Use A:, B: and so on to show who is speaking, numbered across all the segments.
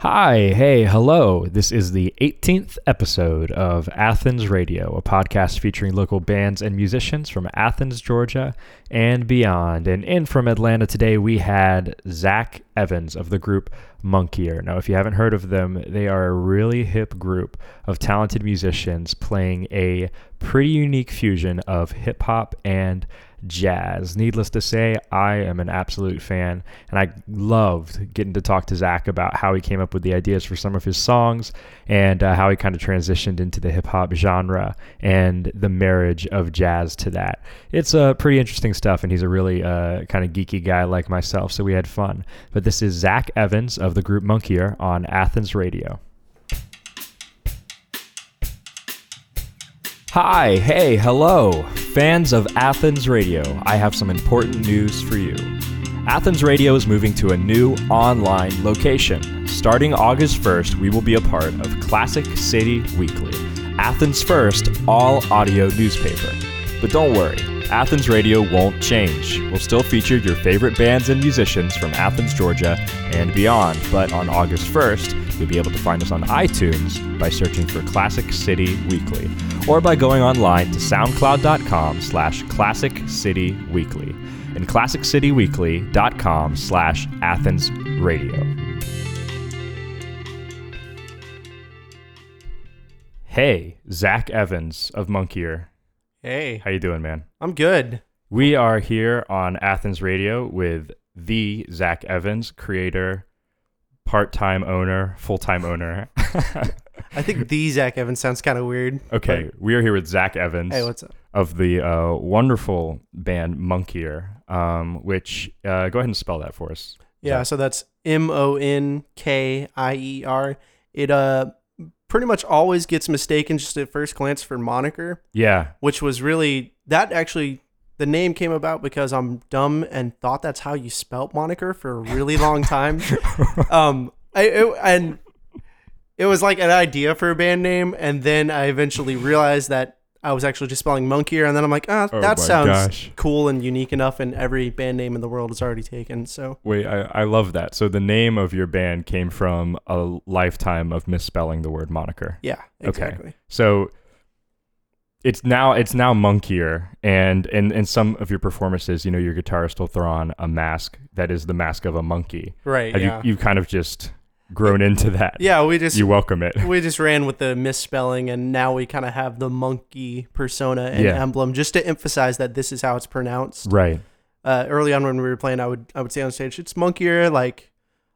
A: Hi, hey, hello. This is the 18th episode of Athens Radio, a podcast featuring local bands and musicians from Athens, Georgia, and beyond. And in from Atlanta today, we had Zach Evans of the group Monkier. Now, if you haven't heard of them, they are a really hip group of talented musicians playing a pretty unique fusion of hip hop and jazz. Needless to say, I am an absolute fan, and I loved getting to talk to Zach about how he came up with the ideas for some of his songs and uh, how he kind of transitioned into the hip hop genre and the marriage of jazz to that. It's uh, pretty interesting stuff, and he's a really uh, kind of geeky guy like myself, so we had fun. But this is Zach Evans of the group Monkier on Athens Radio. Hi, hey, hello, fans of Athens Radio. I have some important news for you. Athens Radio is moving to a new online location. Starting August 1st, we will be a part of Classic City Weekly, Athens' first all audio newspaper. But don't worry, Athens Radio won't change. We'll still feature your favorite bands and musicians from Athens, Georgia, and beyond. But on August 1st, you'll be able to find us on iTunes by searching for Classic City Weekly, or by going online to soundcloud.com slash Classic City Weekly and classiccityweekly.com slash Athens Radio. Hey, Zach Evans of Monkey Ear.
B: Hey,
A: How you doing, man?
B: I'm good.
A: We are here on Athens Radio with the Zach Evans, creator, part-time owner, full-time owner.
B: I think the Zach Evans sounds kind of weird.
A: okay, we are here with Zach Evans
B: Hey, what's up?
A: of the uh, wonderful band Monkey Ear, um, which uh, go ahead and spell that for us.
B: Yeah, so that's M O N K I E R. It uh pretty much always gets mistaken just at first glance for moniker,
A: Yeah,
B: which was really that actually the name came about because I'm dumb and thought that's how you spelt moniker for a really long time. um, I it, and it was like an idea for a band name, and then I eventually realized that I was actually just spelling monkey ear, and then I'm like, ah,
A: Oh
B: that
A: my
B: sounds
A: gosh.
B: cool and unique enough, and every band name in the world is already taken. So
A: wait, I, I love that. So the name of your band came from a lifetime of misspelling the word moniker.
B: yeah, exactly.
A: So it's now it's now monkier and and in some of your performances, you know, your guitarist will throw on a mask that is the mask of a monkey.
B: Right.
A: Have
B: yeah.
A: you you've kind of just grown into that.
B: yeah, we just
A: You welcome it.
B: we just ran with the misspelling and now we kind of have the monkey persona and
A: Yeah.
B: emblem just to emphasize that this is how it's pronounced
A: Right.
B: uh, early on when we were playing i would i would say on stage it's monkeyer like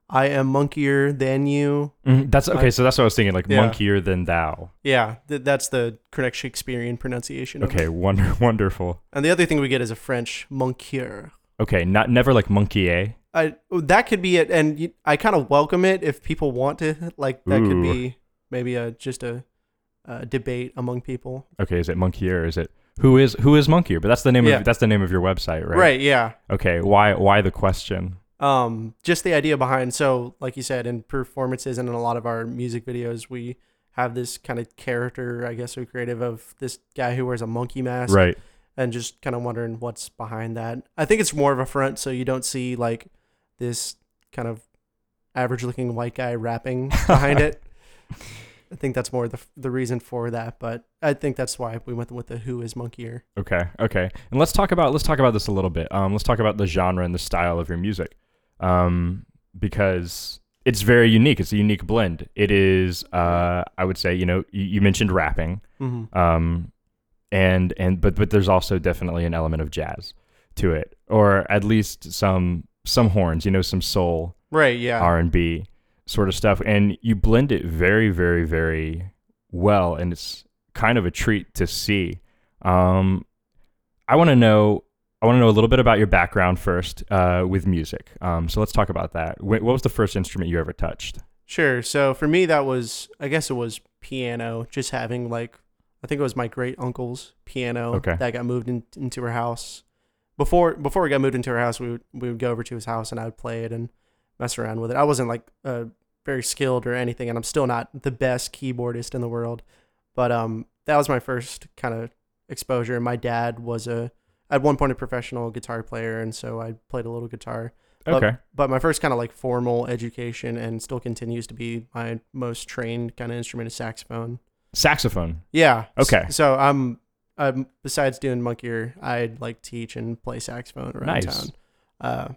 B: i am monkeyer than you
A: Mhm, That's okay. So that's what I was thinking, like
B: Yeah.
A: monkier than thou.
B: yeah th- that's the correct shakespearean pronunciation of it.
A: Okay, wonder, wonderful.
B: and the other thing we get is a french monkier
A: Okay, not never like monkier.
B: I, that could be it and you, i kind of welcome it if people want to like that could
A: Ooh.
B: be maybe a just a, a debate among people
A: Okay, is it monkier? Is it who is who is monkier? But that's the name
B: Yeah.
A: of that's the name of your website, right?
B: right yeah
A: Okay. Why why the question?
B: um just the idea behind so like you said in performances and in a lot of our music videos we have this kind of character i guess we creative of this guy who wears a monkey mask
A: Right.
B: and just kind of wondering what's behind that i think it's more of a front so you don't see like this kind of average looking white guy rapping behind it i think that's more the the reason for that but i think that's why we went with the who is monkeyer
A: Okay, okay, and let's talk about let's talk about this a little bit. Um, let's talk about the genre and the style of your music, um, because it's very unique. It's a unique blend. It is, uh, I would say, you know, you, you mentioned rapping,
B: mm-hmm.
A: um, and and but but there's also definitely an element of jazz to it, or at least some some horns, you know, some soul,
B: right yeah
A: R and B sort of stuff, and you blend it very, very, very well, and it's kind of a treat to see. Um, I want to know. I want to know a little bit about your background first uh, with music. Um, so let's talk about that. Wh- what was the first instrument you ever touched?
B: Sure. So for me, that was, I guess it was piano, just having like, I think it was my great uncle's piano
A: Okay.
B: that got moved in, into her house. Before before it got moved into her house, we would, we would go over to his house and I would play it and mess around with it. I wasn't like uh, very skilled or anything, and I'm still not the best keyboardist in the world. But um, that was my first kind of exposure. My dad was a, at one point, a professional guitar player, and so I played a little guitar. But-
A: Okay.
B: But my first kind of like formal education and still continues to be my most trained kind of instrument is saxophone.
A: Saxophone.
B: Yeah. S-
A: Okay.
B: So I'm, I'm besides doing monkey ear, I like teach and play saxophone around
A: Nice.
B: town. Uh,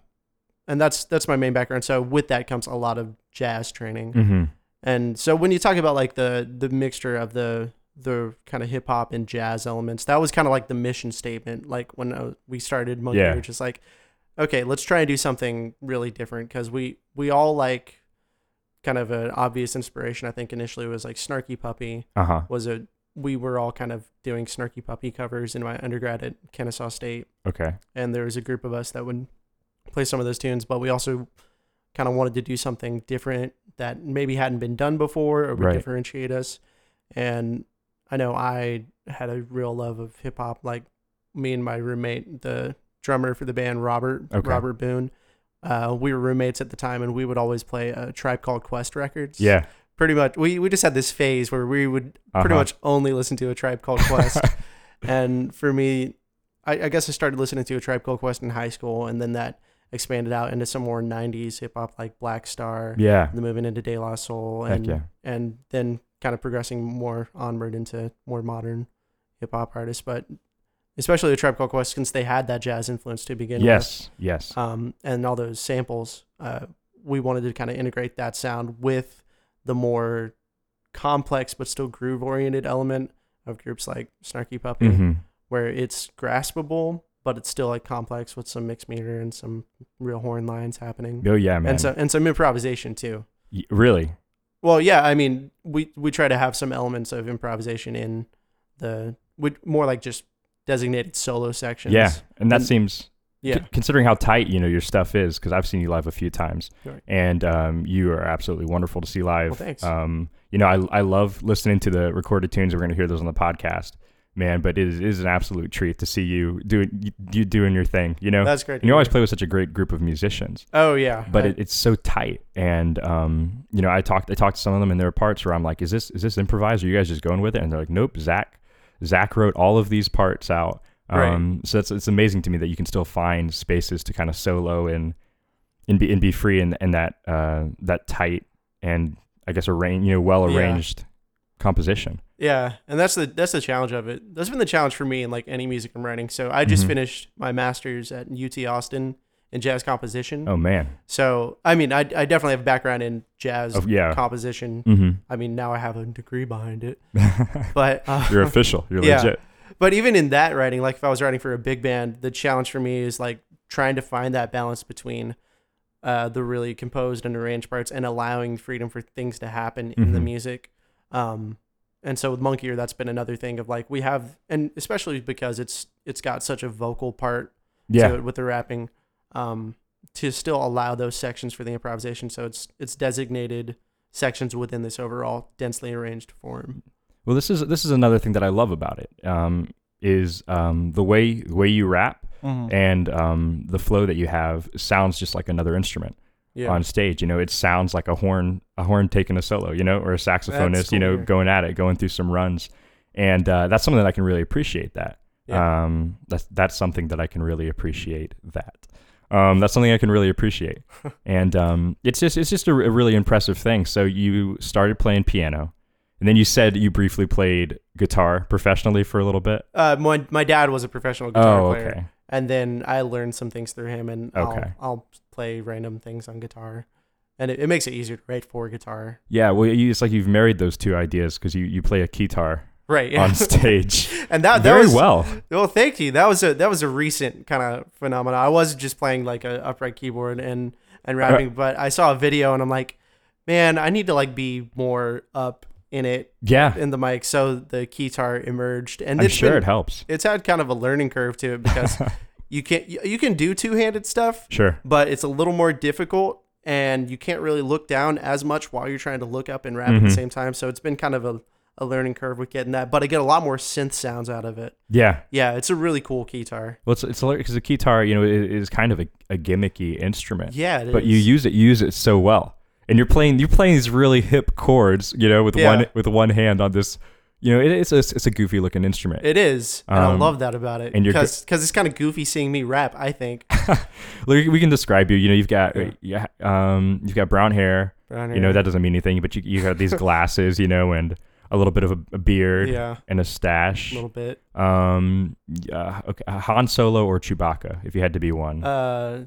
B: and that's that's my main background. So with that comes a lot of jazz training.
A: Mm-hmm.
B: And so when you talk about like the the mixture of the the kind of hip hop and jazz elements, that was kind of like the mission statement. Like when I, we started Monkey,
A: Yeah.
B: we were just like, okay, let's try and do something really different because we we all like kind of an obvious inspiration. I think initially was like Snarky Puppy
A: Uh huh.
B: was a we were all kind of doing Snarky Puppy covers in my undergrad at Kennesaw State
A: Okay.
B: and there was a group of us that would play some of those tunes but we also kind of wanted to do something different that maybe hadn't been done before or would
A: Right.
B: differentiate us and i know i had a real love of hip-hop like me and my roommate the drummer for the band robert
A: Okay.
B: robert boone uh, we were roommates at the time and we would always play a tribe called quest records
A: Yeah.
B: pretty much we, we just had this phase where we would pretty
A: Uh-huh.
B: much only listen to a tribe called quest and for me, I, I guess I started listening to a Tribe Called Quest in high school, and then that expanded out into some more '90s hip hop like Black Star,
A: yeah.
B: the moving into De La Soul,
A: Heck
B: and
A: yeah.
B: and then kind of progressing more onward into more modern hip hop artists. But especially the Tribe Called Quest, since they had that jazz influence to begin with,
A: Yes. Yes.
B: um, and all those samples, uh, we wanted to kind of integrate that sound with the more complex but still groove oriented element of groups like Snarky Puppy
A: Mm-hmm.
B: where it's graspable, but it's still like complex with some mixed meter and some real horn lines happening,
A: Oh yeah, man.
B: and so and some improvisation too.
A: Y- really?
B: Well, yeah, I mean, we we try to have some elements of improvisation in the with more like just designated solo sections.
A: Yeah. And that
B: And-
A: seems
B: yeah,
A: c- considering how tight you know your stuff is because i've seen you live a few times
B: Right.
A: and um, you are absolutely wonderful to see live
B: Well, thanks.
A: um, you know I, I love listening to the recorded tunes we're going to hear those on the podcast man but it is, it is an absolute treat to see you doing you doing your thing you know
B: that's great.
A: and you
B: to
A: always
B: hear.
A: play with such a great group of musicians
B: Oh yeah,
A: but
B: I-
A: it, it's so tight and um, you know i talked i talked to some of them and there are parts where i'm like is this is this improvised are you guys just going with it and they're like nope zach zach wrote all of these parts out
B: Right.
A: um, so that's it's amazing to me that you can still find spaces to kind of solo and and be and be free in, in that uh, that tight and i guess arranged you know well arranged composition
B: Yeah, and that's the that's the challenge of it. That's been the challenge for me in like any music I'm writing. So I just
A: Mhm.
B: finished my master's at UT Austin in jazz composition.
A: oh man
B: So I mean, I, I definitely have a background in jazz
A: oh, yeah
B: composition.
A: mm-hmm.
B: I mean, now I have a degree behind it, but uh,
A: you're official you're
B: Yeah.
A: legit
B: but even in that writing, like if I was writing for a big band, the challenge for me is like trying to find that balance between uh, the really composed and arranged parts and allowing freedom for things to happen in the
A: Mhm.
B: music. Um, and so with Monkey Ear, that's been another thing of like we have, and especially because it's it's got such a vocal part to
A: yeah
B: it with the rapping um, to still allow those sections for the improvisation. So it's it's designated sections within this overall densely arranged form.
A: Well, this is this is another thing that I love about it um, is um, the way the way you rap
B: Oh.
A: and um, the flow that you have sounds just like another instrument
B: Yeah.
A: on stage. You know, it sounds like a horn a horn taking a solo. You know, or a saxophonist.
B: That's
A: you know,
B: cool.
A: going at it, going through some runs, and uh, that's something that I can really appreciate. That
B: Yeah.
A: um, that's that's something that I can really appreciate. That. Um, that's something I can really appreciate, and um, it's just it's just a, a really impressive thing. So you started playing piano, and then you said you briefly played guitar professionally for a little bit.
B: Uh, my my dad was a professional guitar
A: oh,
B: player,
A: okay.
B: and then I learned some things through him, and
A: Okay.
B: I'll, I'll play random things on guitar, and it, it makes it easier to write for guitar.
A: Yeah, well, you, it's like you've married those two ideas because you, you play a guitar
B: Right. Yeah.
A: on stage
B: and that that
A: very
B: was
A: well.
B: Well, thank you. That was a that was a recent kind of phenomenon. I was just playing like a upright keyboard and and rapping, but I saw a video and I'm like, man, I need to like be more up in it
A: Yeah,
B: in the mic. So the guitar emerged, and
A: I'm
B: it's
A: sure it
B: been-
A: helps.
B: it's had kind of a learning curve to it because you can't you you can do two handed stuff,
A: Sure.
B: but it's a little more difficult and you can't really look down as much while you're trying to look up and rap at the
A: Mhm.
B: same time. So it's been kind of a, a learning curve with getting that, but I get a lot more synth sounds out of it.
A: Yeah.
B: Yeah, it's a really cool guitar.
A: Well, it's it's because the guitar, you know, i- is kind of a, a gimmicky instrument.
B: Yeah, it is.
A: but you use it you use it so well and you're playing you're playing these really hip chords you know with
B: Yeah.
A: one with one hand on this You know, it, it's a, it's a goofy looking instrument.
B: It is, and I
A: Um,
B: love that about it.
A: and you're
B: because because it's kind of goofy seeing me rap. I think.
A: Like, we can describe you. You know, you've got yeah. um you've got brown hair. You know that doesn't mean anything, but you you got these glasses. You know, and a little bit of a, a beard
B: Yeah,
A: and a stash.
B: a little bit.
A: Um, yeah, okay, Han Solo or Chewbacca, if you had to be one.
B: Uh,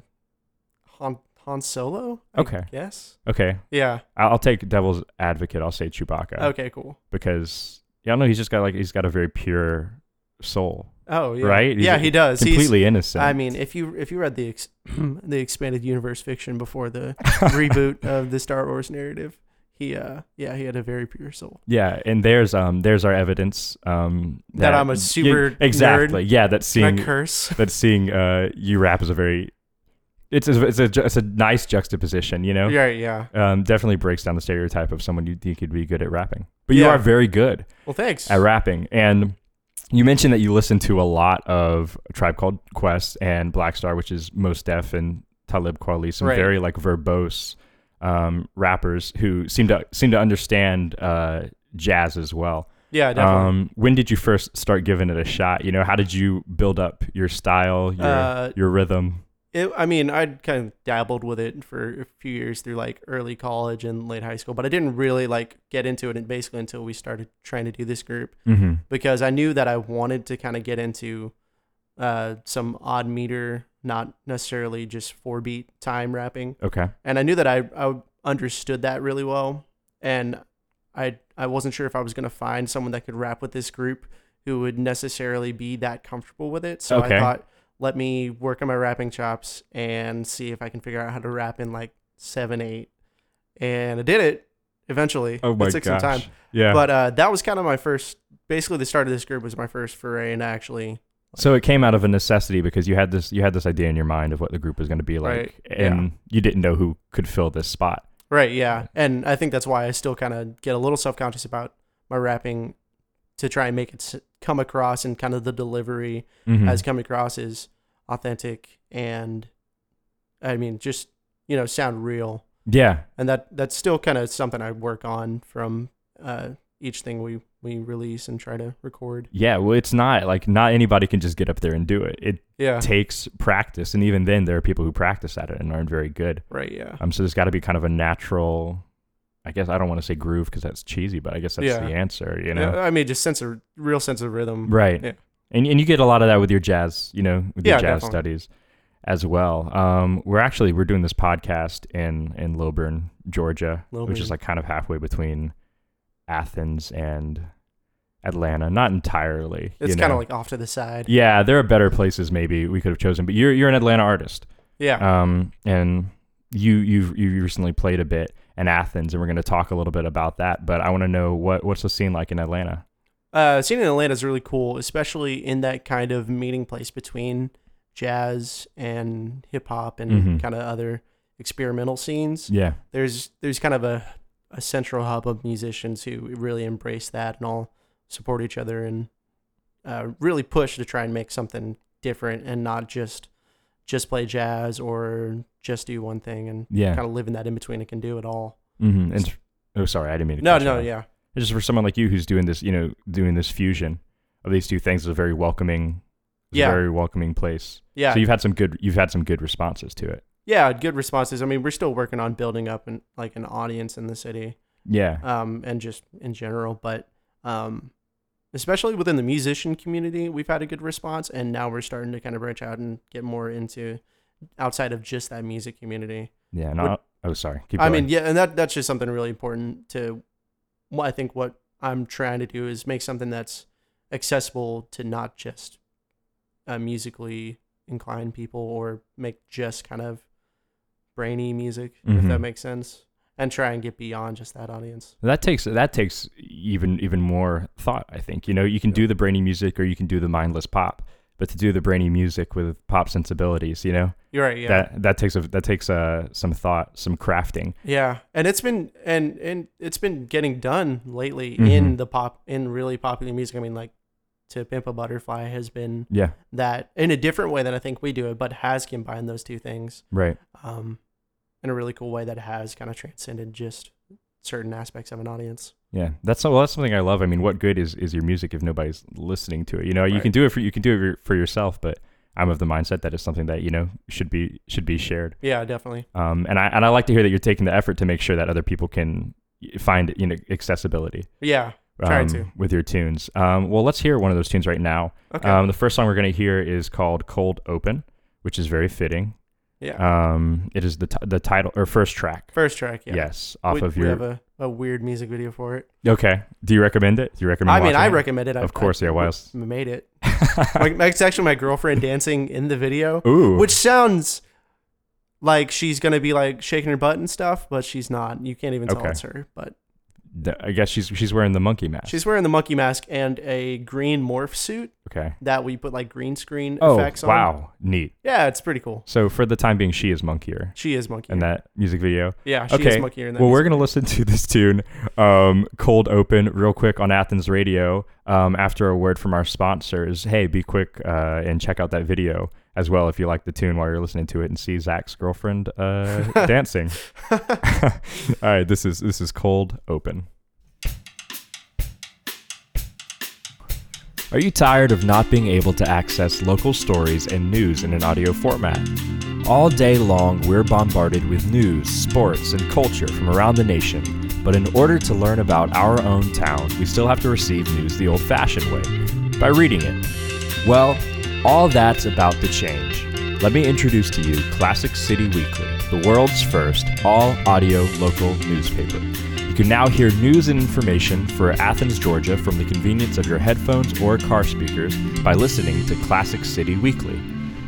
B: Han Han Solo.
A: Okay.
B: Yes.
A: okay,
B: Yeah.
A: I'll, I'll take devil's advocate. I'll say Chewbacca
B: Okay. Cool.
A: because yeah, I don't know. He's just got like he's got a very pure soul,
B: Oh yeah.
A: Right? He's
B: Yeah, he does. He's,
A: completely innocent.
B: I mean, if you if you read the ex- the expanded universe fiction before the reboot of the Star Wars narrative, he uh yeah he had a very pure soul.
A: yeah, and there's um there's our evidence um
B: That I'm a
A: you-
B: super nerd
A: exactly yeah that
B: Can I
A: seeing
B: curse?
A: that seeing uh you rap is a very it's a, it's a ju- it's a nice juxtaposition you know
B: Right. Yeah.
A: um definitely breaks down the stereotype of someone you think could be good at rapping but you
B: Yeah.
A: are very good
B: Well, thanks.
A: at rapping. And you mentioned that you listen to a lot of Tribe Called Quest and Black Star, which is Most Def and Talib Kweli, some
B: Right.
A: very like verbose um, rappers who seem to seem to understand uh, jazz as well.
B: yeah. Definitely.
A: Um, when did you first start giving it a shot? You know, how did you build up your style, your
B: Uh,
A: your rhythm?
B: it, I mean, I'd kind of dabbled with it for a few years through like early college and late high school, but I didn't really like get into it and basically until we started trying to do this group
A: Mm-hmm.
B: because I knew that I wanted to kind of get into uh, some odd meter, not necessarily just four beat time rapping.
A: Okay.
B: And I knew that I, I understood that really well. And I, I wasn't sure if I was going to find someone that could rap with this group who would necessarily be that comfortable with it. So
A: Okay.
B: I thought, let me work on my rapping chops and see if I can figure out how to rap in like seven, eight. And I did it eventually.
A: Oh my
B: it took
A: gosh.
B: some time.
A: Yeah.
B: But uh, that was kind of my first, basically, the start of this group was my first foray and actually.
A: so it came out of a necessity because you had this you had this idea in your mind of what the group was going to be like,
B: Right.
A: and you didn't know who could fill this spot.
B: Right, yeah. And I think that's why I still kind of get a little self conscious about my rapping to try and make it s- come across and kind of the delivery
A: Mhm.
B: has come across as authentic and I mean, just, you know, sound real.
A: Yeah.
B: And that that's still kind of something I work on from uh, each thing we, we release and try to record.
A: Yeah. Well, it's not like not anybody can just get up there and do it. It
B: Yeah.
A: takes practice. And even then, there are people who practice at it and aren't very good.
B: Right, yeah.
A: Um, so there's got to be kind of a natural, I guess, I don't want to say groove because that's cheesy, but I guess that's
B: Yeah.
A: the answer, you know?
B: Yeah, I mean, just sense of real sense of rhythm.
A: Right.
B: Yeah.
A: And, and you get a lot of that with your jazz, you know, with your
B: Yeah,
A: jazz
B: definitely.
A: studies as well. Um, we're actually, we're doing this podcast in, in Lilburn, Georgia, which is
B: Lilburn.
A: like kind of halfway between Athens and Atlanta. Not entirely.
B: It's
A: you
B: kind
A: know?
B: of like off to the side.
A: Yeah, there are better places maybe we could have chosen, but you're you're an Atlanta artist,
B: Yeah.
A: um, and you you you recently played a bit in Athens, and we're going to talk a little bit about that. But I want to know what what's the scene like in Atlanta?
B: Uh, scene in Atlanta is really cool, especially in that kind of meeting place between jazz and hip hop and
A: Mhm.
B: kind of other experimental scenes.
A: Yeah,
B: There's there's kind of a, a central hub of musicians who really embrace that and all support each other and uh, really push to try and make something different and not just just play jazz or just do one thing and
A: yeah.
B: kind of live in that in between and can do it all.
A: Mm-hmm. And oh, sorry, I didn't mean to.
B: No,
A: cut you
B: no,
A: off.
B: yeah.
A: It's just for someone like you who's doing this, you know, doing this fusion of these two things is a very welcoming, is
B: Yeah.
A: a very welcoming place.
B: Yeah.
A: So you've had some good you've had some good responses to it.
B: yeah, good responses. I mean, we're still working on building up an like an audience in the city,
A: Yeah.
B: um, and just in general, but um, especially within the musician community, we've had a good response, and now we're starting to kind of branch out and get more into outside of just that music community.
A: yeah.
B: would-
A: No. Oh, sorry. Keep
B: I
A: going.
B: mean, yeah, and that that's just something really important to. Well, I think what I'm trying to do is make something that's accessible to not just uh, musically inclined people, or make just kind of brainy music, if
A: Mhm.
B: that makes sense, and try and get beyond just that audience.
A: That takes that takes even even more thought. I think you know you can do the brainy music or you can do the mindless pop, but to do the brainy music with pop sensibilities, you know
B: You're right. Yeah.
A: that that takes a that takes uh some thought, some crafting.
B: Yeah, and it's been and and it's been getting done lately
A: Mhm.
B: in the pop in really popular music. I mean, like "To Pimp a Butterfly" has been
A: Yeah,
B: that in a different way than I think we do it, but has combined those two things
A: right.
B: um, in a really cool way that has kind of transcended just certain aspects of an audience.
A: Yeah, that's well, that's something I love. I mean, what good is is your music if nobody's listening to it? You know, you
B: Right.
A: can do it for you can do it for yourself, but I'm of the mindset that it's something that you know should be should be shared.
B: Yeah, definitely.
A: Um, and I and I like to hear that you're taking the effort to make sure that other people can find you know accessibility.
B: Yeah. Trying
A: um,
B: to.
A: with your tunes. Um, well, let's hear one of those tunes right now.
B: Okay.
A: Um, the first song we're going to hear is called "Cold Open," which is very fitting.
B: yeah.
A: Um, it is the t- the title or first track.
B: First track. Yeah.
A: Yes, off
B: we,
A: of
B: we
A: your.
B: have a, a weird music video for it.
A: okay, do you recommend it? Do you recommend?
B: I mean,
A: watching
B: I
A: it?
B: recommend it. I-
A: Of course, yeah.
B: I
A: Why else?
B: m- made it. my, my- it's actually my girlfriend dancing in the video,
A: Ooh,
B: which sounds like she's gonna be like shaking her butt and stuff, but she's not. You can't even tell
A: Okay.
B: it's her. But
A: th- I guess she's she's wearing the monkey mask.
B: she's wearing the monkey mask and a green morph suit
A: okay.
B: that we put like green screen
A: Oh
B: effects on.
A: wow, neat.
B: Yeah, it's pretty cool.
A: So for the time being, she is monkeyer
B: She is monkey.
A: in that music video.
B: yeah, she is
A: okay.
B: monkeyer in that.
A: Well, we're
B: music.
A: going to listen to this tune, um, Cold Open, real quick on Athens Radio um, after a word from our sponsors. Hey, be quick uh, and check out that video as well if you like the tune while you're listening to it and see Zach's girlfriend uh, dancing. All right, this is this is Cold Open. Are you tired of not being able to access local stories and news in an audio format? All day long, we're bombarded with news, sports, and culture from around the nation. But in order to learn about our own town, we still have to receive news the old fashioned way by reading it. Well, all that's about to change. Let me introduce to you Classic City Weekly, the world's first all audio local newspaper. You can now hear news and information for Athens, Georgia from the convenience of your headphones or car speakers by listening to Classic City Weekly.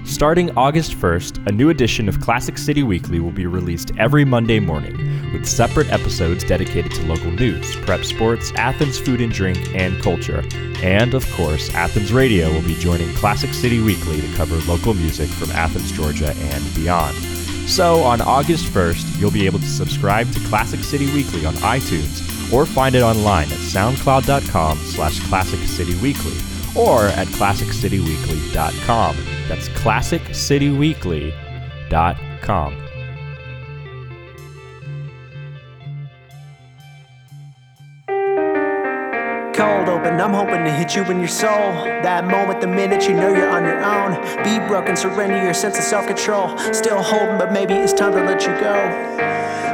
A: Starting August 1st, a new edition of Classic City Weekly will be released every Monday morning, with separate episodes dedicated to local news, prep sports, Athens food and drink, and culture. And of course, Athens Radio will be joining Classic City Weekly to cover local music from Athens, Georgia, and beyond. So on August 1st, you'll be able to subscribe to Classic City Weekly on iTunes or find it online at soundcloud.com slash classic city weekly or at classiccityweekly.com. That's classiccityweekly.com.
C: Cold open, I'm hoping to hit you in your soul. That moment, the minute you know you're on your own. Be broken, surrender your sense of self control. Still holding, but maybe it's time to let you go.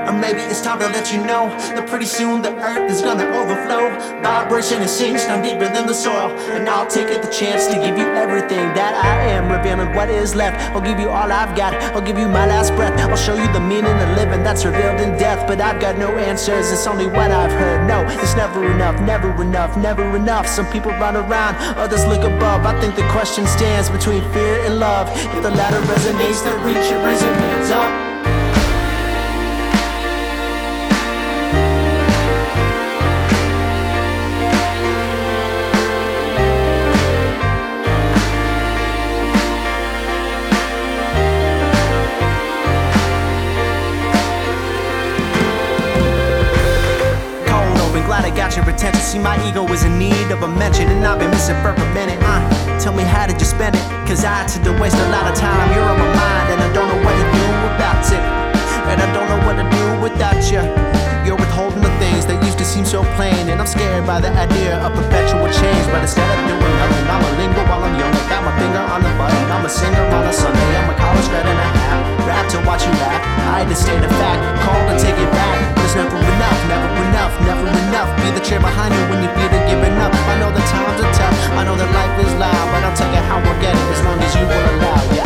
C: Or maybe it's time to let you know that pretty soon the earth is gonna overflow. Vibration is sinks down deeper than the soil. And I'll take it the chance to give you everything that I am. Revealing what is left. I'll give you all I've got. I'll give you my last breath. I'll show you the meaning of living that's revealed in death. But I've got no answers. It's only what I've heard. No, it's never enough, never enough, never enough. Some people run around, others look above. I think the question stands between fear and love. If the latter resonates, then reach your raise your hands up. cold open. Glad I got your attention. See, my ego is in need of a mention, and I've been missing for a minute. Uh, tell me, how did you spend it? Cause I tend to waste a lot of time. You're on my mind, and I don't know what to do about it. And I don't know what to do without you. You're withholding the things that used to seem so plain, and I'm scared by the idea of perpetual change. But instead of doing nothing, I'ma linger while I'm young. I got my finger on the button. I'm a singer on a Sunday. I'm a college grad and a half. Rap to watch you laugh. I had to state a fact. Call to take it back. There's never enough, never enough, never enough. Be the chair behind you when you feel to giving up. I know the times are tough. I know that life is loud, but I'll take it how we'll get it as long as you will allow. Yeah.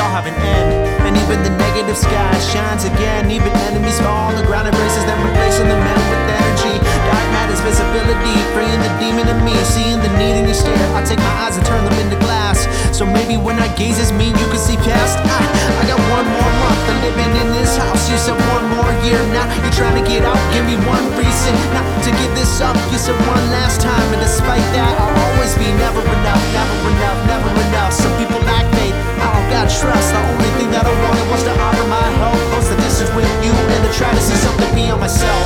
C: all have an end. And even the negative sky shines again. Even enemies fall, the ground embraces them, replacing the men with energy. Dark matter's visibility, freeing the demon in me. Seeing the need in your stare, I take my eyes and turn them into glass. So maybe when I gaze as me, you can see past. I, I got one more month of living in this house. You said one more year now. You're trying to get out, give me one reason not to give this up. You said one last time, and despite that, I'll always be never enough, never enough, never enough. Some people lack faith. I don't got trust. The only thing that I wanted was to honor my health. Close the distance with you and to try to see something beyond myself.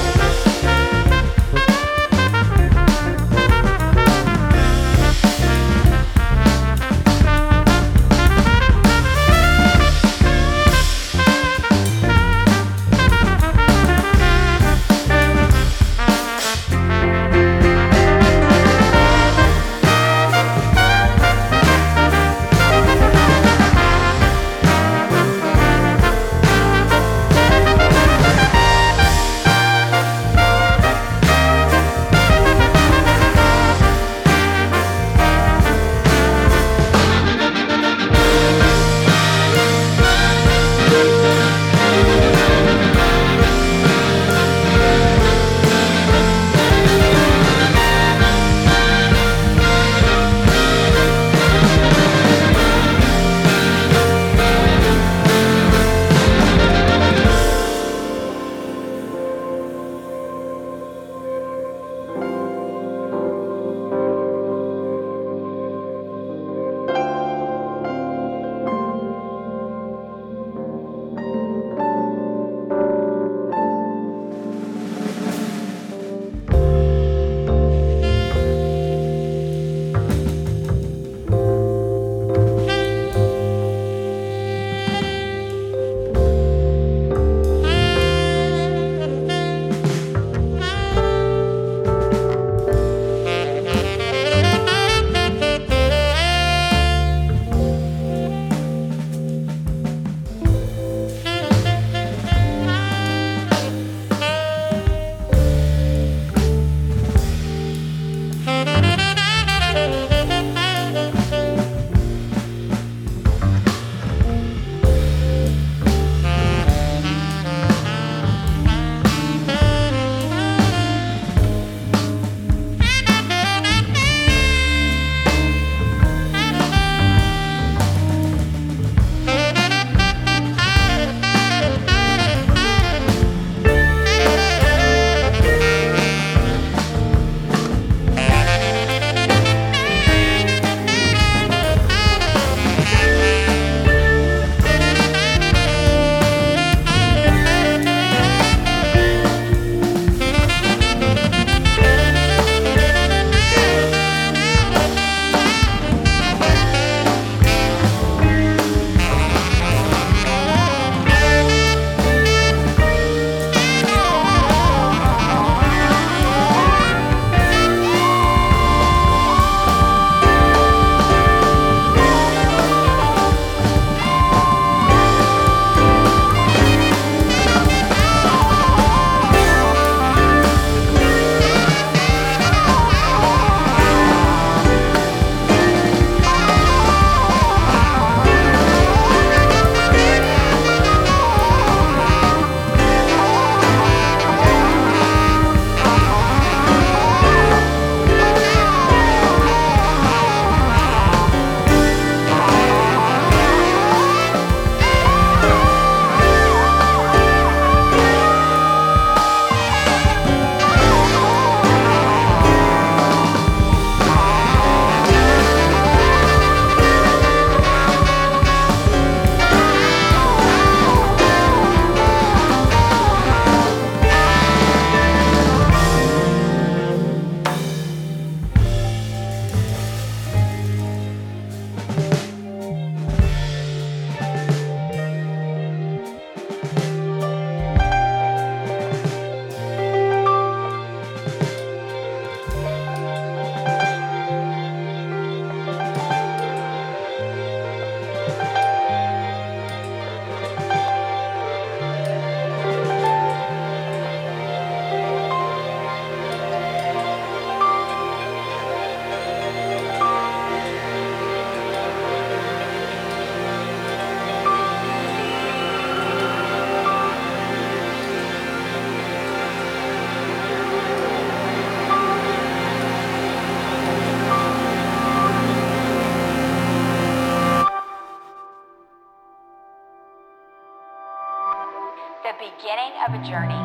D: the beginning of a journey.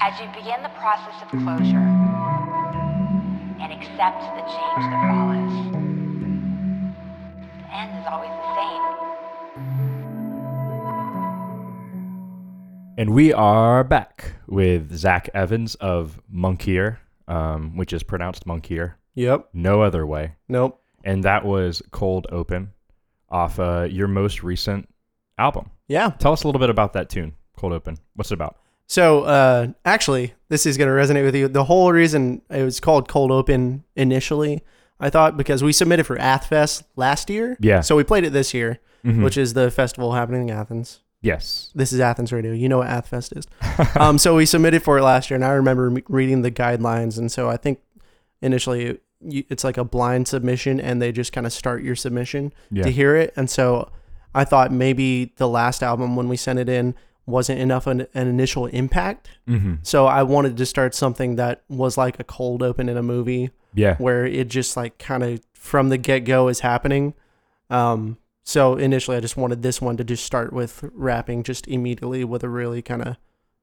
D: As you begin the process of closure and accept the change that follows, the end is always the same.
A: And we are back with Zach Evans of Monkier, um, which is pronounced Monkier,
B: Yep.
A: no other way.
B: Nope.
A: And that was Cold Open off uh, your most recent album.
B: Yeah.
A: Tell us a little bit about that tune, Cold Open. What's it about?
B: So uh, actually, this is going to resonate with you. The whole reason it was called Cold Open initially, I thought, because we submitted for Athfest last year.
A: Yeah.
B: So we played it this year,
A: Mhm.
B: which is the festival happening in Athens.
A: Yes.
B: This is Athens Radio. You know what Athfest is. um, so we submitted for it last year, and I remember m- reading the guidelines, and so I think initially you, it's like a blind submission, and they just kind of start your submission
A: Yeah.
B: to hear it. And so I thought maybe the last album when we sent it in wasn't enough an, an initial impact.
A: Mm-hmm.
B: So I wanted to start something that was like a cold open in a movie
A: Yeah.
B: where it just like kind of from the get go is happening. Um, so initially, I just wanted this one to just start with rapping just immediately with a really kind of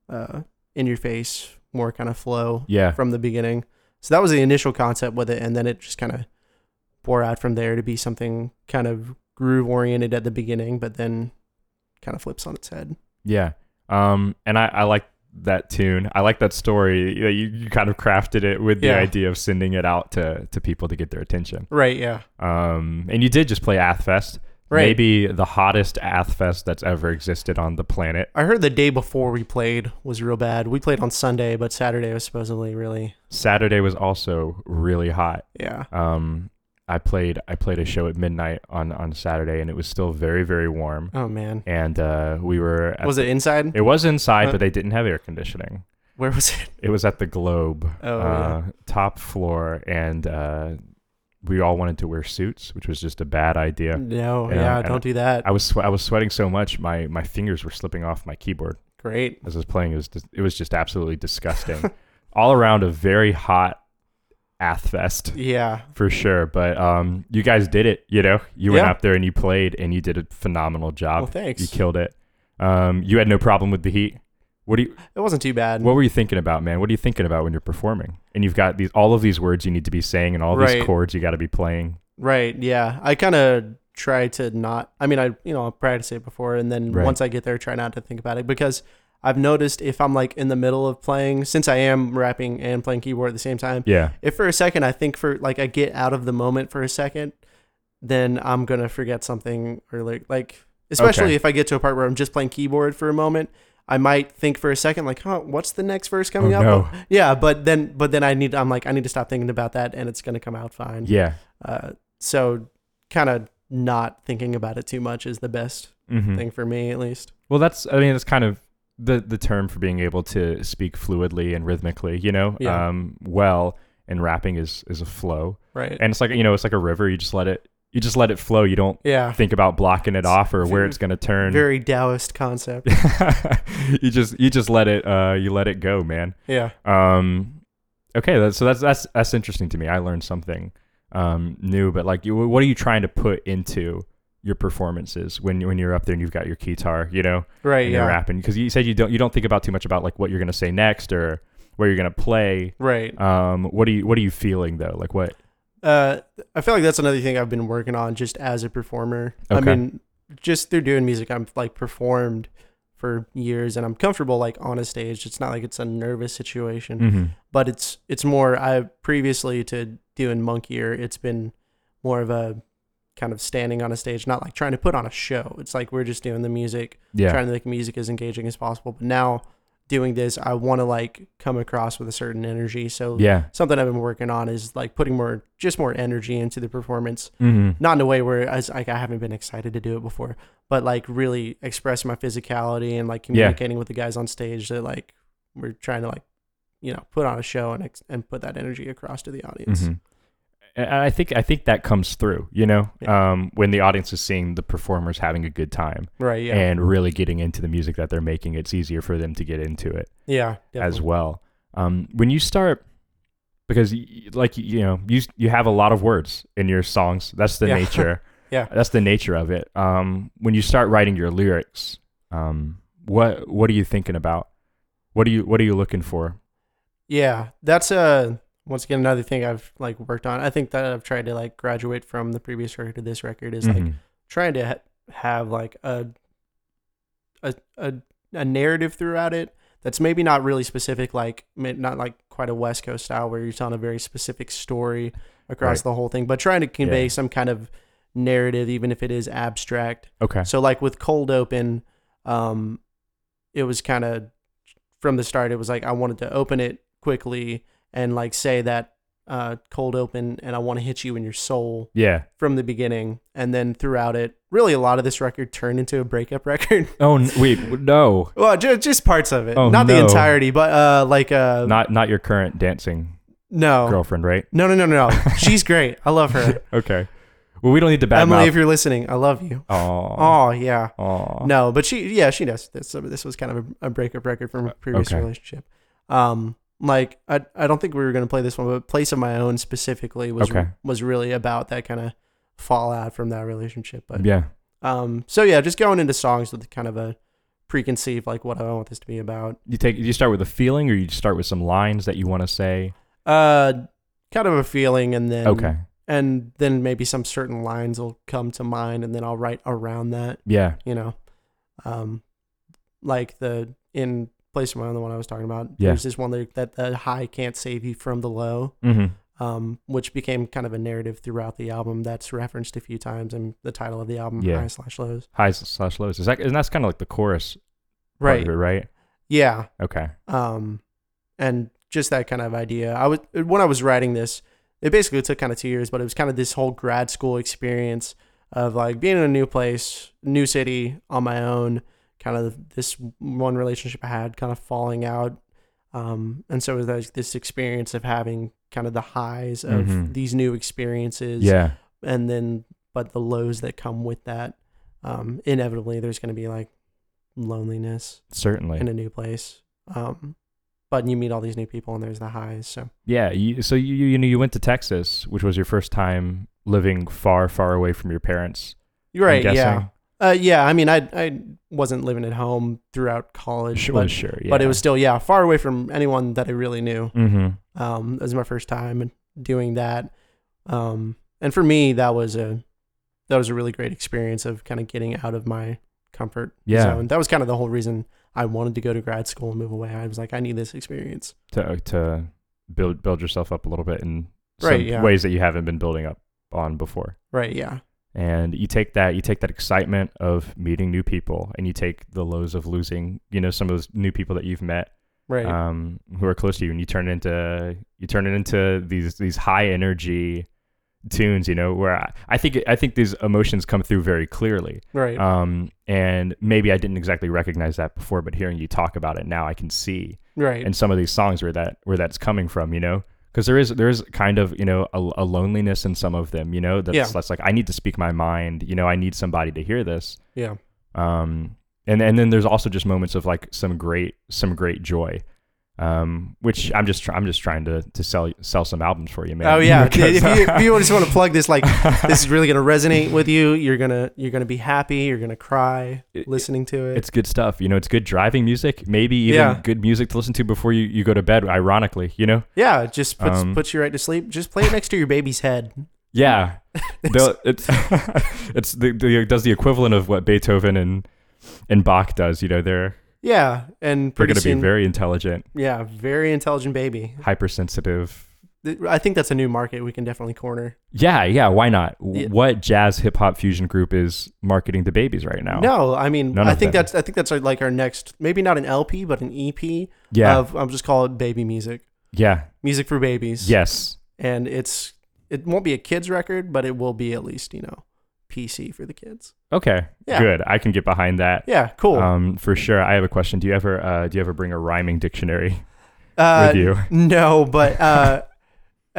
B: uh, in your face, more kind of flow
A: Yeah.
B: from the beginning. So that was the initial concept with it, and then it just kind of bore out from there to be something kind of groove oriented at the beginning, but then kind of flips on its head.
A: Yeah. Um, and I, I like that tune. I like that story. You, you kind of crafted it with the
B: Yeah.
A: idea of sending it out to, to people to get their attention.
B: Right? Yeah.
A: Um, and you did just play Athfest.
B: Right.
A: Maybe the hottest Athfest that's ever existed on the planet.
B: I heard the day before we played was real bad. We played on Sunday, but Saturday was supposedly really
A: Saturday was also really hot.
B: yeah.
A: Um, I played I played a show at midnight on, on Saturday and it was still very very warm.
B: Oh man.
A: And uh, we were at
B: Was it inside?
A: It was inside,
B: Uh,
A: but they didn't have air conditioning.
B: Where was it?
A: It was at the Globe,
B: Oh,
A: uh, top floor, and uh, we all wanted to wear suits, which was just a bad idea.
B: No,
A: Yeah,
B: yeah,
A: and-
B: don't do that.
A: I was swe- I was sweating so much, my my fingers were slipping off my keyboard
B: Great.
A: as I was playing. It was just, it was just absolutely disgusting. all around, a very hot Athfest
B: Yeah.
A: for sure. But um, you guys did it. You know, you went
B: Yeah.
A: up there and you played, and you did a phenomenal job.
B: Well, thanks.
A: You killed it. Um, you had no problem with the heat. What do you?
B: It wasn't too bad.
A: What were you thinking about, man? What are you thinking about when you're performing? And you've got these all of these words you need to be saying and all these
B: Right.
A: chords you got to be playing.
B: right, yeah. I kinda try to not I mean I you know, I practice it before and then
A: Right.
B: once I get there try not to think about it because I've noticed if I'm like in the middle of playing, since I am rapping and playing keyboard at the same time,
A: Yeah.
B: if for a second I think for like I get out of the moment for a second, then I'm gonna forget something or like like especially
A: Okay.
B: if I get to a part where I'm just playing keyboard for a moment, I might think for a second like, huh, what's the next verse coming
A: Oh,
B: up?
A: no.
B: Yeah, but then but then I need I'm like I need to stop thinking about that and it's gonna come out fine.
A: Yeah.
B: Uh, so kind of not thinking about it too much is the best
A: hmm
B: thing for me at least.
A: Well, that's I mean that's kind of the the term for being able to speak fluidly and rhythmically, you know,
B: Yeah.
A: um, well. And rapping is is a flow,
B: Right.
A: and it's like you know it's like a river. You just let it you just let it flow. You don't
B: yeah.
A: think about blocking it off or where it's going to turn.
B: Very Taoist concept.
A: you just you just let it uh, you let it go, man.
B: yeah.
A: Um, okay, that's, so that's that's that's interesting to me. I learned something um, new, but like, you, what are you trying to put into your performances when you- when you're up there and you've got your guitar, you know,
B: Right.
A: and
B: yeah.
A: you're rapping? Because you said you don't you don't think about too much about like what you're gonna say next or where you're gonna play.
B: Right.
A: Um, what are you what are you feeling though? Like what?
B: uh, I feel like that's another thing I've been working on just as a performer. I
A: Okay.
B: mean, just through doing music, I'm like performed for years and I'm comfortable like on a stage. It's not like it's a nervous situation,
A: Mm-hmm.
B: but it's it's more I previously to doing monkey ear, it's been more of a kind of standing on a stage, not like trying to put on a show. It's like we're just doing the music,
A: Yeah.
B: trying to make music as engaging as possible. But now doing this, I want to like come across with a certain energy. So
A: yeah.
B: something I've been working on is like putting more, just more energy into the performance.
A: Mm-hmm.
B: Not in a way where I, was- like, I haven't been excited to do it before, but like really express my physicality and like
A: Yeah.
B: communicating with the guys on stage that like we're trying to like, you know, put on a show and ex- and put that energy across to the audience.
A: Mhm. And I think I think that comes through, you know, um, when the audience is seeing the performers having a good time
B: Right. Yeah.
A: Mm-hmm. and really getting into the music that they're making, it's easier for them to get into it.
B: yeah.
A: as well. Um, when you start, because y- y- like you know, you s- you have a lot of words in your songs. That's the
B: Yeah.
A: nature.
B: Yeah.
A: that's the nature of it. Um, when you start writing your lyrics, um, what what are you thinking about? What are you what are you looking for?
B: Yeah, that's uh once again another thing I've like worked on. I think that I've tried to like graduate from the previous record to this record is like
A: Mhm.
B: trying to ha- have like a, a a a narrative throughout it that's maybe not really specific, like ma- not like quite a West Coast style where you're telling a very specific story across
A: Right.
B: the whole thing, but trying to convey
A: Yeah.
B: some kind of narrative, even if it is abstract.
A: okay.
B: So like with cold open, um, it was kind of from the start. It was like I wanted to open it quickly and like say that uh, cold open, and I want to hit you in your soul
A: Yeah.
B: from the beginning, and then throughout it. Really, a lot of this record turned into a breakup record.
A: Oh n- wait, w- no.
B: well, ju- just parts of it,
A: Oh,
B: not the
A: no.
B: entirety, but uh, like uh,
A: Not not your current dancing
B: no.
A: girlfriend, right?
B: No, no, no, no, no. She's great. I love her.
A: Okay. Well, we don't need to
B: Emily, if
A: badmouth.
B: you're listening, I love you.
A: Oh.
B: Oh, yeah.
A: Oh.
B: No, but she, yeah, she knows this. So This was kind of a, a breakup record from a previous
A: Uh, okay.
B: relationship. Um, like I, I don't think we were gonna play this one, but "Place of My Own" specifically was
A: Okay.
B: was really about that kind of fallout from that relationship. But
A: Yeah.
B: um, so yeah, just going into songs with kind of a preconceived like what do I want this to be about.
A: You take you start with a feeling, or you start with some lines that you want to say.
B: Uh, kind of a feeling, and then
A: Okay.
B: and then maybe some certain lines will come to mind, and then I'll write around that.
A: Yeah.
B: you know, um, like the in place of my own, the one I was talking about.
A: Yeah.
B: There's this one that, that the high can't save you from the low,
A: hmm
B: um, which became kind of a narrative throughout the album that's referenced a few times in the title of the album,
A: Yeah.
B: High Slash Lows.
A: Highs slash lows. Is that and that's kind of like the chorus, part
B: Right.
A: of it, right.
B: Yeah.
A: Okay.
B: Um, and just that kind of idea. I was when I was writing this, it basically took kind of two years, but it was kind of this whole grad school experience of like being in a new place, new city on my own, kind of this one relationship I had kind of falling out. Um, and so it was like this experience of having kind of the highs of
A: Mhm.
B: these new experiences
A: Yeah.
B: and then but the lows that come with that. Um, inevitably there's gonna be like loneliness
A: Certainly.
B: in a new place. Um, but you meet all these new people, and there's the highs. So
A: Yeah, you, so you you know you went to Texas, which was your first time living far far away from your parents.
B: you're
A: I'm
B: right. Yeah.
A: guessing.
B: Uh, yeah. I mean, I I wasn't living at home throughout college,
A: Sure,
B: but,
A: sure,
B: but it
A: yeah.
B: was still yeah far away from anyone that I really knew.
A: Mm-hmm.
B: Um, it was my first time doing that. Um, and for me, that was a that was a really great experience of kind of getting out of my comfort
A: Yeah.
B: zone. That was kind of the whole reason I wanted to go to grad school and move away. I was like, I need this experience.
A: To to build build yourself up a little bit in some
B: Right, yeah.
A: ways that you haven't been building up on before.
B: Right. Yeah.
A: And you take that you take that excitement of meeting new people, and you take the lows of losing you know some of those new people that you've met
B: Right.
A: um, who are close to you, and you turn it into you turn it into these these high energy tunes. You know where I, I think I think these emotions come through very clearly.
B: right.
A: Um, and maybe I didn't exactly recognize that before, but hearing you talk about it now, I can see
B: right.
A: in some of these songs where that where that's coming from. You know, because there is there is kind of you know a, a loneliness in some of them. You know, that's
B: Yeah.
A: that's like I need to speak my mind. You know, I need somebody to hear this.
B: yeah.
A: Um, and and then there's also just moments of like some great some great joy. Um, which I'm just try- I'm just trying to to sell sell some albums for you, man.
B: Oh yeah, if you,
A: Because- uh,
B: if you just want to plug this, like this is really gonna resonate with you. You're gonna you're gonna be happy. You're gonna cry
A: It-
B: listening to it.
A: it's good stuff. You know, it's good driving music, maybe even
B: Yeah.
A: good music to listen to before you, you go to bed, ironically, you know?
B: yeah, it just puts
A: um,
B: puts you right to sleep. Just play it next to your baby's head.
A: Yeah. They'll- it's it's the, the, it does the equivalent of what Beethoven and and Bach does, you know, they're
B: Yeah,
A: they're
B: and pretty
A: going to be
B: soon,
A: very intelligent,
B: yeah, very intelligent baby.
A: hypersensitive.
B: Th- I think that's a new market we can definitely corner.
A: Yeah, yeah, why not? W
B: Yeah.
A: What jazz hip hop fusion group is marketing to babies right now?
B: No, I mean,
A: None
B: I
A: of
B: think
A: them.
B: that's I think that's our, like our next, maybe not an LP, but an EP.
A: Yeah.
B: of I'll just call it baby music,
A: yeah.
B: music for babies.
A: Yes.
B: and it's it won't be a kids record, but it will be at least you know PC for the kids.
A: Okay.
B: Yeah.
A: Good. I can get behind that.
B: Yeah, cool.
A: Um, for sure. I have a question. Do you ever uh, do you ever bring a rhyming dictionary?
B: uh,
A: with you.
B: No, but uh, e-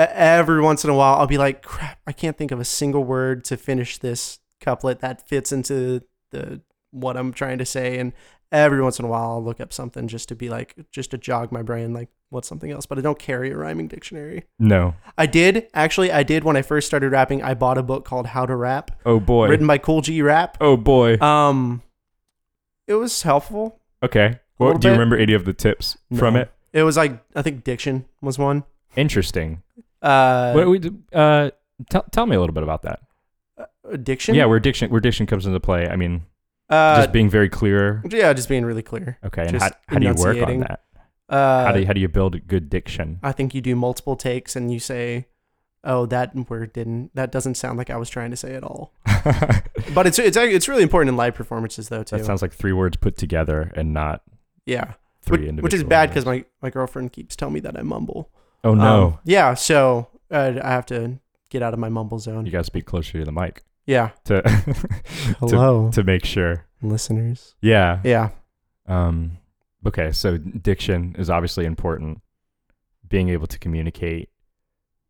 B: every once in a while, I'll be like, crap, I can't think of a single word to finish this couplet that fits into the what I'm trying to say. And every once in a while, I'll look up something just to be like, just to jog my brain, like, what's something else? But I don't carry a rhyming dictionary.
A: No.
B: I did, actually, I did when I first started rapping. I bought a book called How to Rap,
A: Oh boy.
B: written by Cool G Rap.
A: Oh boy.
B: Um, it was helpful.
A: Okay.
B: A
A: Well,
B: little
A: do you
B: bit.
A: remember any of the tips from
B: No.
A: it?
B: It was like I think diction was one.
A: Interesting.
B: Uh,
A: what we d- uh, tell tell me a little bit about that.
B: diction.
A: yeah, where diction where diction comes into play. I mean,
B: Uh,
A: just being very clear.
B: yeah, just being really clear.
A: Okay, and how,
B: just
A: how do you work on
B: enunciating.
A: that?
B: Uh,
A: How do you, how do you build good diction?
B: I think you do multiple takes and you say, "Oh, that word didn't. That doesn't sound like I was trying to say at all."
A: that
B: But it's it's it's really important in live performances though too.
A: sounds like three words put together and not
B: yeah,
A: three
B: which,
A: individual.
B: which is bad because
A: words.
B: my my girlfriend keeps telling me that I mumble.
A: oh no,
B: Um, yeah, so uh, I have to get out of my mumble zone.
A: you gotta speak closer to the mic
B: Yeah.
A: to to,
B: Hello,
A: to make sure.
B: listeners.
A: Yeah.
B: Yeah.
A: Um. Okay, so diction is obviously important. Being able to communicate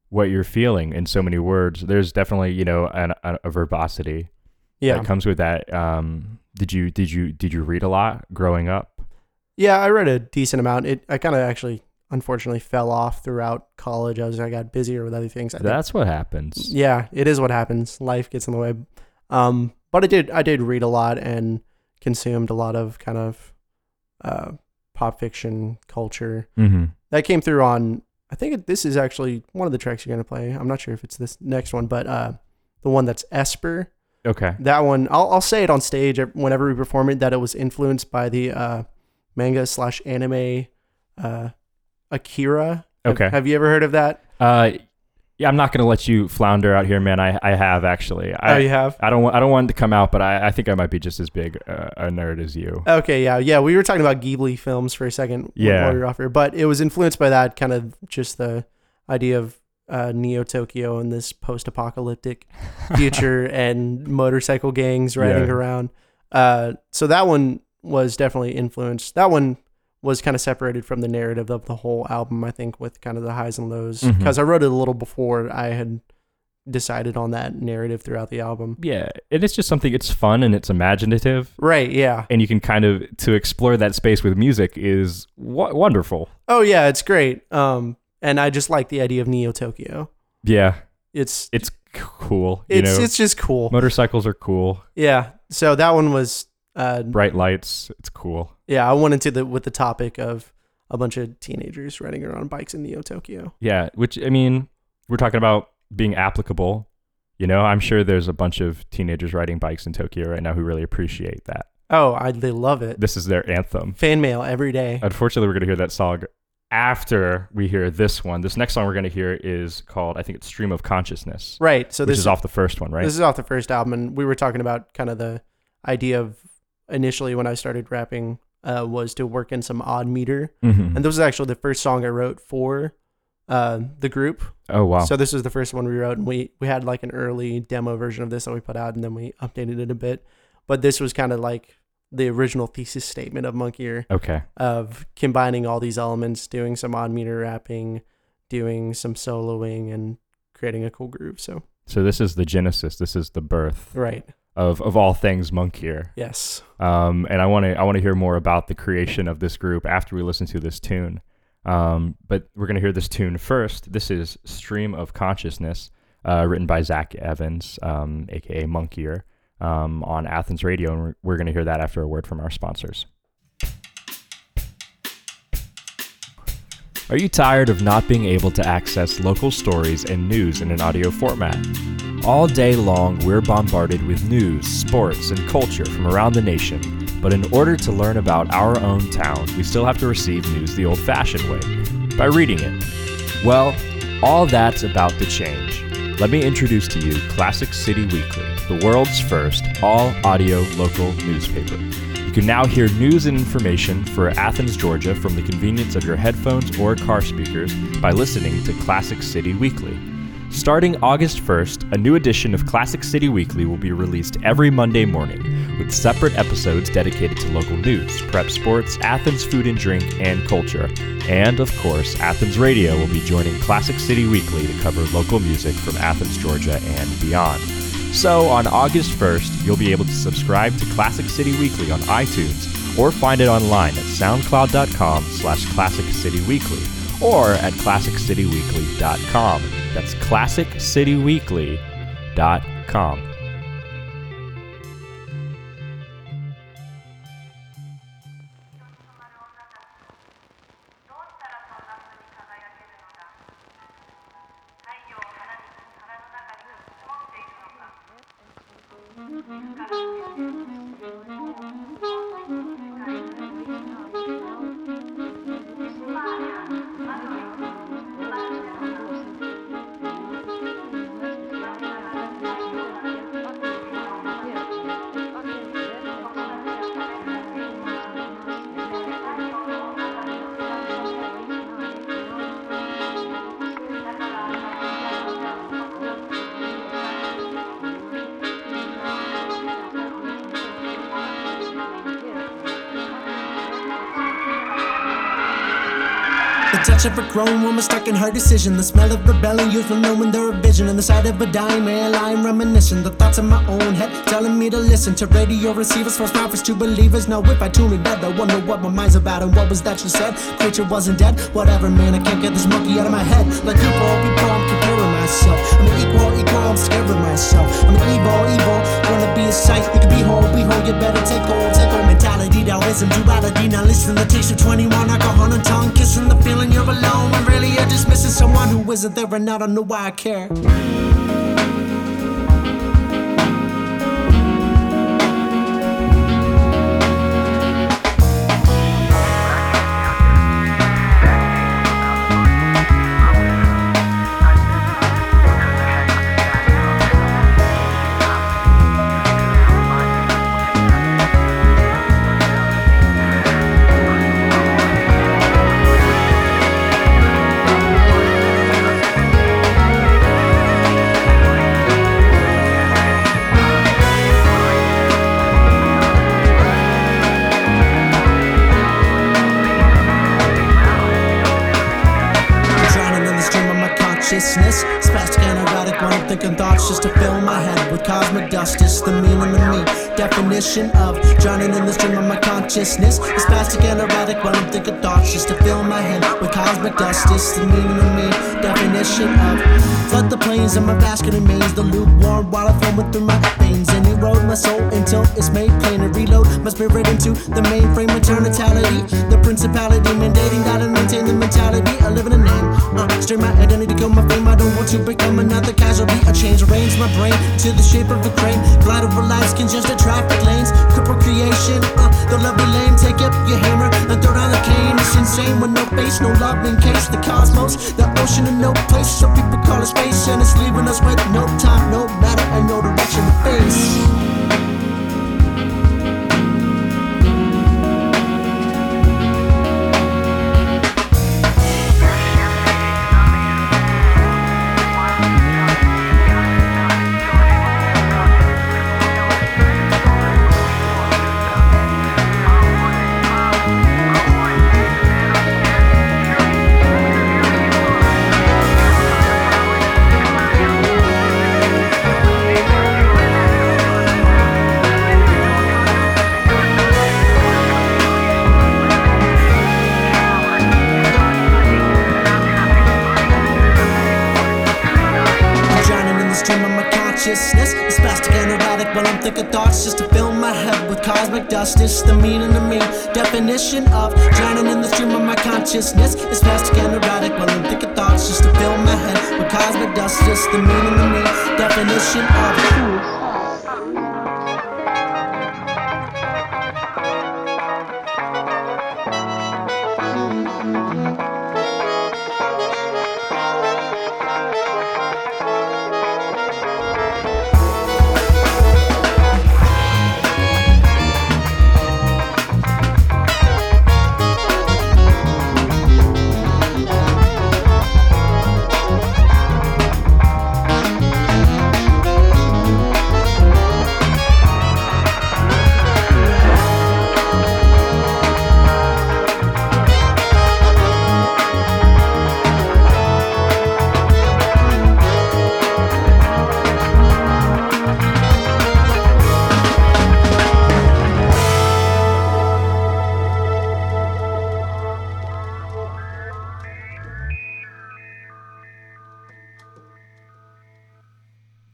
A: what you're feeling in so many words. There's definitely you know an, a, a verbosity
B: Yeah.
A: that comes with that. Um. Did you did you did you read a lot growing up?
B: Yeah, I read a decent amount. It I kind of actually unfortunately fell off throughout college as I got busier with other things. I think,
A: That's what happens.
B: yeah, it is what happens. Life gets in the way. Um, but I did I did read a lot and consumed a lot of kind of uh, pop fiction culture
A: Mm-hmm.
B: that came through on. I think it- this is actually one of the tracks you're gonna play. I'm not sure if it's this next one, but uh, the one that's Esper.
A: Okay.
B: That one, I'll, I'll say it on stage ev- whenever we perform it that it was influenced by the uh, manga slash anime uh, Akira. Have-
A: Okay.
B: Have, you ever heard of that?
A: Uh, yeah, I'm not gonna let you flounder out here, man. I, I have actually. I,
B: oh, you have?
A: I don't want I don't want it to come out, but I, I think I might be just as big uh, a nerd as you.
B: Okay, yeah. Yeah, we were talking about Ghibli films for a second wh-
A: Yeah.
B: while we were off here, but it was influenced by that kind of just the idea of uh, Neo Tokyo and this post apocalyptic future and motorcycle gangs riding
A: Yeah.
B: around. Uh, so that one was definitely influenced. That one was kind of separated from the narrative of the whole album, I think, with kind of the highs and lows.
A: Mhm.
B: Because I wrote it a little before I had decided on that narrative throughout the album.
A: yeah, and it's just something. It's fun and it's imaginative,
B: Right, yeah.
A: and you can kind of to explore that space with music is w- wonderful.
B: Oh, yeah, it's great. Um, and I just like the idea of Neo Tokyo.
A: Yeah,
B: It's
A: it's c- cool. You
B: it's
A: know,
B: it's just cool.
A: motorcycles are cool.
B: yeah. So that one was uh
A: Bright lights, it's cool.
B: yeah, I went into the with the topic of a bunch of teenagers riding around on bikes in Neo Tokyo.
A: Yeah, which I mean, we're talking about being applicable. You know, I'm sure there's a bunch of teenagers riding bikes in Tokyo right now who really appreciate that.
B: Oh, I they love it.
A: This Uh, is their anthem.
B: Fan mail every day.
A: Unfortunately, we're going to hear that song after we hear this one. This next song we're going to hear is called, I think it's Stream of Consciousness,
B: Right. So
A: which
B: this
A: is off the first one, right?
B: This is off the first album, and we were talking about kind of the idea of initially when I started rapping uh, was to work in some odd meter,
A: Mhm.
B: and this was actually the first song I wrote for uh, the group.
A: oh, wow.
B: So this was the first one we wrote, and we we had like an early demo version of this that we put out, and then we updated it a bit. But this was kind of like the original thesis statement of Monk Ear
A: okay.
B: of combining all these elements, doing some odd meter rapping, doing some soloing, and creating a cool groove. So
A: So this is the genesis. This is the birth
B: right,
A: of, of all things Monk here.
B: yes.
A: um, and I want to I want to hear more about the creation of this group after we listen to this tune. Um, but we're gonna hear this tune first. This is "Stream of Consciousness," uh, written by Zach Evans, um, aka Monk Ear, um, on Athens Radio, and we're, we're gonna hear that after a word from our sponsors. Are you tired of not being able to access local stories and news in an audio format? All day long, we're bombarded with news, sports, and culture from around the nation. But in order to learn about our own town, we still have to receive news the old fashioned way by reading it. Well, all that's about to change. Let me introduce to you Classic City Weekly, the world's first all audio local newspaper. You can now hear news and information for Athens, Georgia from the convenience of your headphones or car speakers by listening to Classic City Weekly. Starting August 1st, a new edition of Classic City Weekly will be released every Monday morning, with separate episodes dedicated to local news, prep sports, Athens food and drink, and culture. And, of course, Athens Radio will be joining Classic City Weekly to cover local music from Athens, Georgia, and beyond. So, on August 1st, you'll be able to subscribe to Classic City Weekly on iTunes or find it online at soundcloud.com slash classic city weekly or at classiccityweekly.com. That's classiccityweekly.com.
C: The touch of a grown woman stuck in her decision. The smell of rebellion, youth will know when they're a vision. And the sight of a dying man lying reminiscing. The thoughts in my own head telling me to listen to radio receivers, false prophets to believers. Now, if I tune it dead, I wonder what my mind's about and what was that you said. Creature wasn't dead, whatever, man. I can't get this monkey out of my head. Like you, Paul, people, I'm comparing myself. I'm an equal, equal, I'm scaring myself. I'm an evil, evil, wanna be a sight. You can be whole, be whole, you better take hold, take hold. Mentality, Taoism, duality. Now, listen, the taste of 21, alcohol and tongue kissing the feeling you're alone when really you're just missing someone who isn't there and I don't know why I care. Drowning in the stream of my consciousness. Spastic and erratic when I'm thinking thoughts just to fill my head with cosmic dust. It's the meaning of me. Definition of drowning in the stream of my consciousness. Spastic and erratic when I'm thinking thoughts just to fill my head with cosmic dust. It's the meaning of me. Definition of flood the plains and my basket remains the lukewarm while I'm flowing through my veins and erode my soul until it's made plain and reload my spirit into the mainframe of eternity. The principality mandating that I maintain the mentality. I live in a name. Uh, strain my identity, kill my fame. I don't want to become another casualty. I change, arrange my brain to the shape of a crane. Glide over life's congested traffic lanes. Cripple creation. Uh, the lovely lame. Take up your hammer and throw down the cane. It's insane with no face, no love in case. The cosmos, the ocean, and no place. So people call it space, and it's leaving us with no time, no matter, and no direction to face. I'm drowning in the stream of my consciousness. It's spastic and erratic while I'm thinking thoughts just to fill my head with cosmic dust. It's the meaning of me. Definition of drowning in the stream of my consciousness. It's spastic and erratic while I'm thinking thoughts just to fill my head with cosmic dust. It's the meaning of me. Definition of.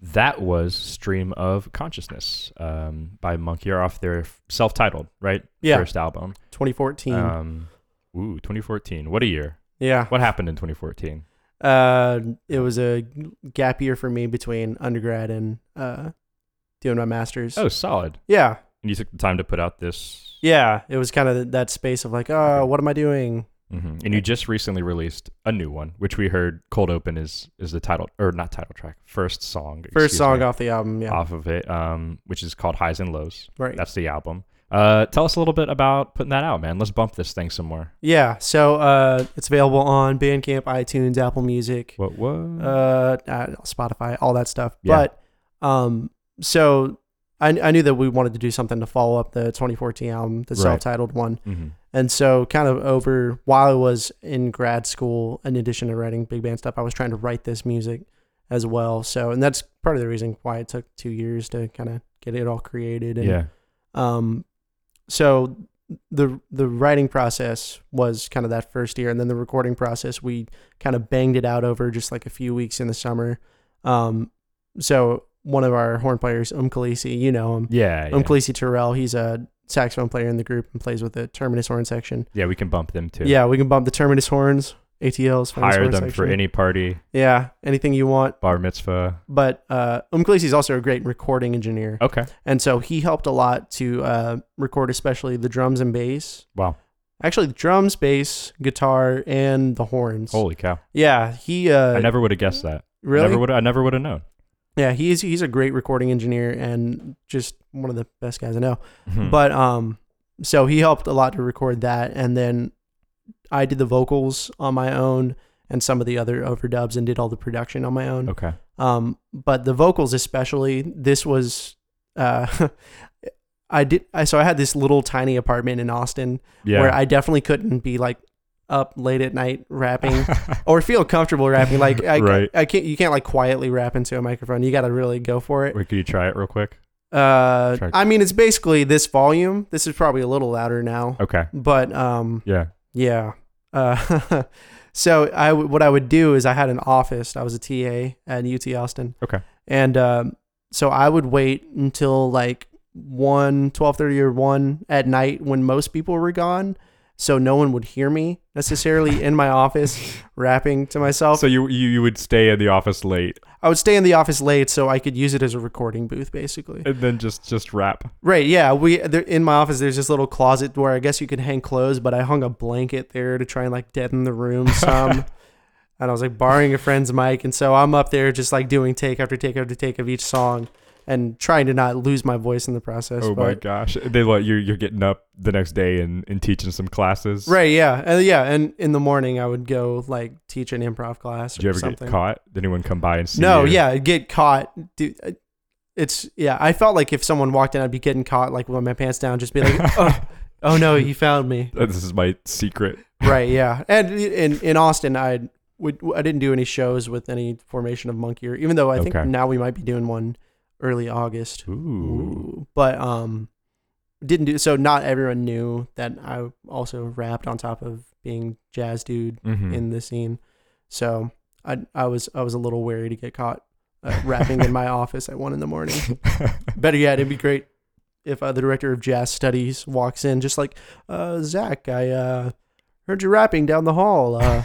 A: That was Stream of Consciousness um, by Monkey Are Off, their self titled, right?
B: Yeah.
A: First album.
B: 2014.
A: Um, ooh, 2014. What a year.
B: yeah.
A: What happened in 2014?
B: Uh, it was a gap year for me between undergrad and uh, doing my master's.
A: Oh, solid.
B: Yeah.
E: And you took the time to put out this.
B: Yeah. It was kind of that space of like, oh, what am I doing?
A: Mm-hmm.
E: And you just recently released a new one, which we heard "Cold Open" is is the title or not title track, first song.
B: First
E: excuse
B: song
E: me,
B: off the album. Yeah.
E: off of it, um, which is called "Highs and Lows."
B: Right.
E: That's the album. Uh, tell us a little bit about putting that out, man. Let's bump this thing some more.
B: Yeah. So uh, it's available on Bandcamp, iTunes, Apple Music,
E: What? What?
B: uh, I don't know, Spotify, all that stuff.
E: Yeah.
B: But um, so I, I knew that we wanted to do something to follow up the 2014 album, the
E: Right.
B: self-titled one.
E: hmm
B: And so, kind of over while I was in grad school, in addition to writing big band stuff, I was trying to write this music as well. So, and that's part of the reason why it took two years to kind of get it all created. And,
E: Yeah.
B: Um, so the the writing process was kind of that first year, and then the recording process we kind of banged it out over just like a few weeks in the summer. Um, so one of our horn players, Um Khaleesi, you know him,
E: Yeah. Yeah.
B: Um Khaleesi Terrell, he's a saxophone player in the group and plays with the Terminus horn section.
E: yeah. We can bump them too.
B: Yeah, we can bump the Terminus horns, ATLs, famous
E: Hire
B: horn
E: them for
B: section.
E: any party,
B: yeah anything you want.
E: bar mitzvah.
B: But uh, Um Khaleesi's also a great recording engineer.
E: Okay.
B: And so he helped a lot to uh, record, especially the drums and bass.
E: Wow.
B: Actually, the drums, bass, guitar, and the horns.
E: Holy cow!
B: Yeah, he uh,
E: I never would have guessed that.
B: really.
E: Never would. I never would have known.
B: yeah, he's he's a great recording engineer and just one of the best guys I know.
E: Mhm.
B: But um, so he helped a lot to record that, and then I did the vocals on my own and some of the other overdubs, and did all the production on my own.
E: okay.
B: um, but the vocals especially this was uh, i did I, so i had this little tiny apartment in austin
E: Yeah.
B: where i definitely couldn't be like up late at night rapping or feel comfortable rapping like I,
E: Right.
B: I can't you can't like quietly rap into a microphone you gotta really go for it
E: Wait, could you try it real quick?
B: uh,
E: Sure.
B: i mean it's basically this volume this is probably a little louder now
E: Okay.
B: but um,
E: Yeah.
B: yeah. Uh, so I w- what I would do is I had an office. I was a TA at UT Austin.
E: Okay.
B: And um, so I would wait until like 1, 12.30 or 1 at night when most people were gone. So no one would hear me necessarily in my office rapping to myself.
E: So you you, you would stay in the office late
B: I would stay in the office late so I could use it as a recording booth basically.
E: and then just just rap.
B: Right, yeah, we there, in my office. There's this little closet where I guess you could hang clothes, but I hung a blanket there to try and like deaden the room some. and I was like borrowing a friend's mic, and so I'm up there just like doing take after take after take of each song, and trying to not lose my voice in the process.
E: Oh my
B: but-
E: gosh! They like you're you're getting up the next day and, and teaching some classes.
B: Right, yeah, and yeah, and in the morning I would go like teach an improv class.
E: Did you
B: or
E: ever
B: something.
E: get caught? Did anyone come by and see?
B: No,
E: you?
B: yeah, get caught, dude. uh, It's yeah. I felt like if someone walked in, I'd be getting caught, like with my pants down, just be like, oh, oh no, you found me.
E: Uh, This is my secret.
B: right yeah and in in austin i would i didn't do any shows with any formation of monkey or even though i think
E: Okay.
B: now we might be doing one early august
E: Ooh.
B: Ooh. but um didn't do so not everyone knew that i also rapped on top of being jazz dude
A: Hmm.
E: Mhm.
B: in the scene so i i was i was a little wary to get caught uh, rapping in my office at one in the morning better yet it'd be great if uh, the director of jazz studies walks in just like uh, zach i uh, heard you rapping down the hall uh,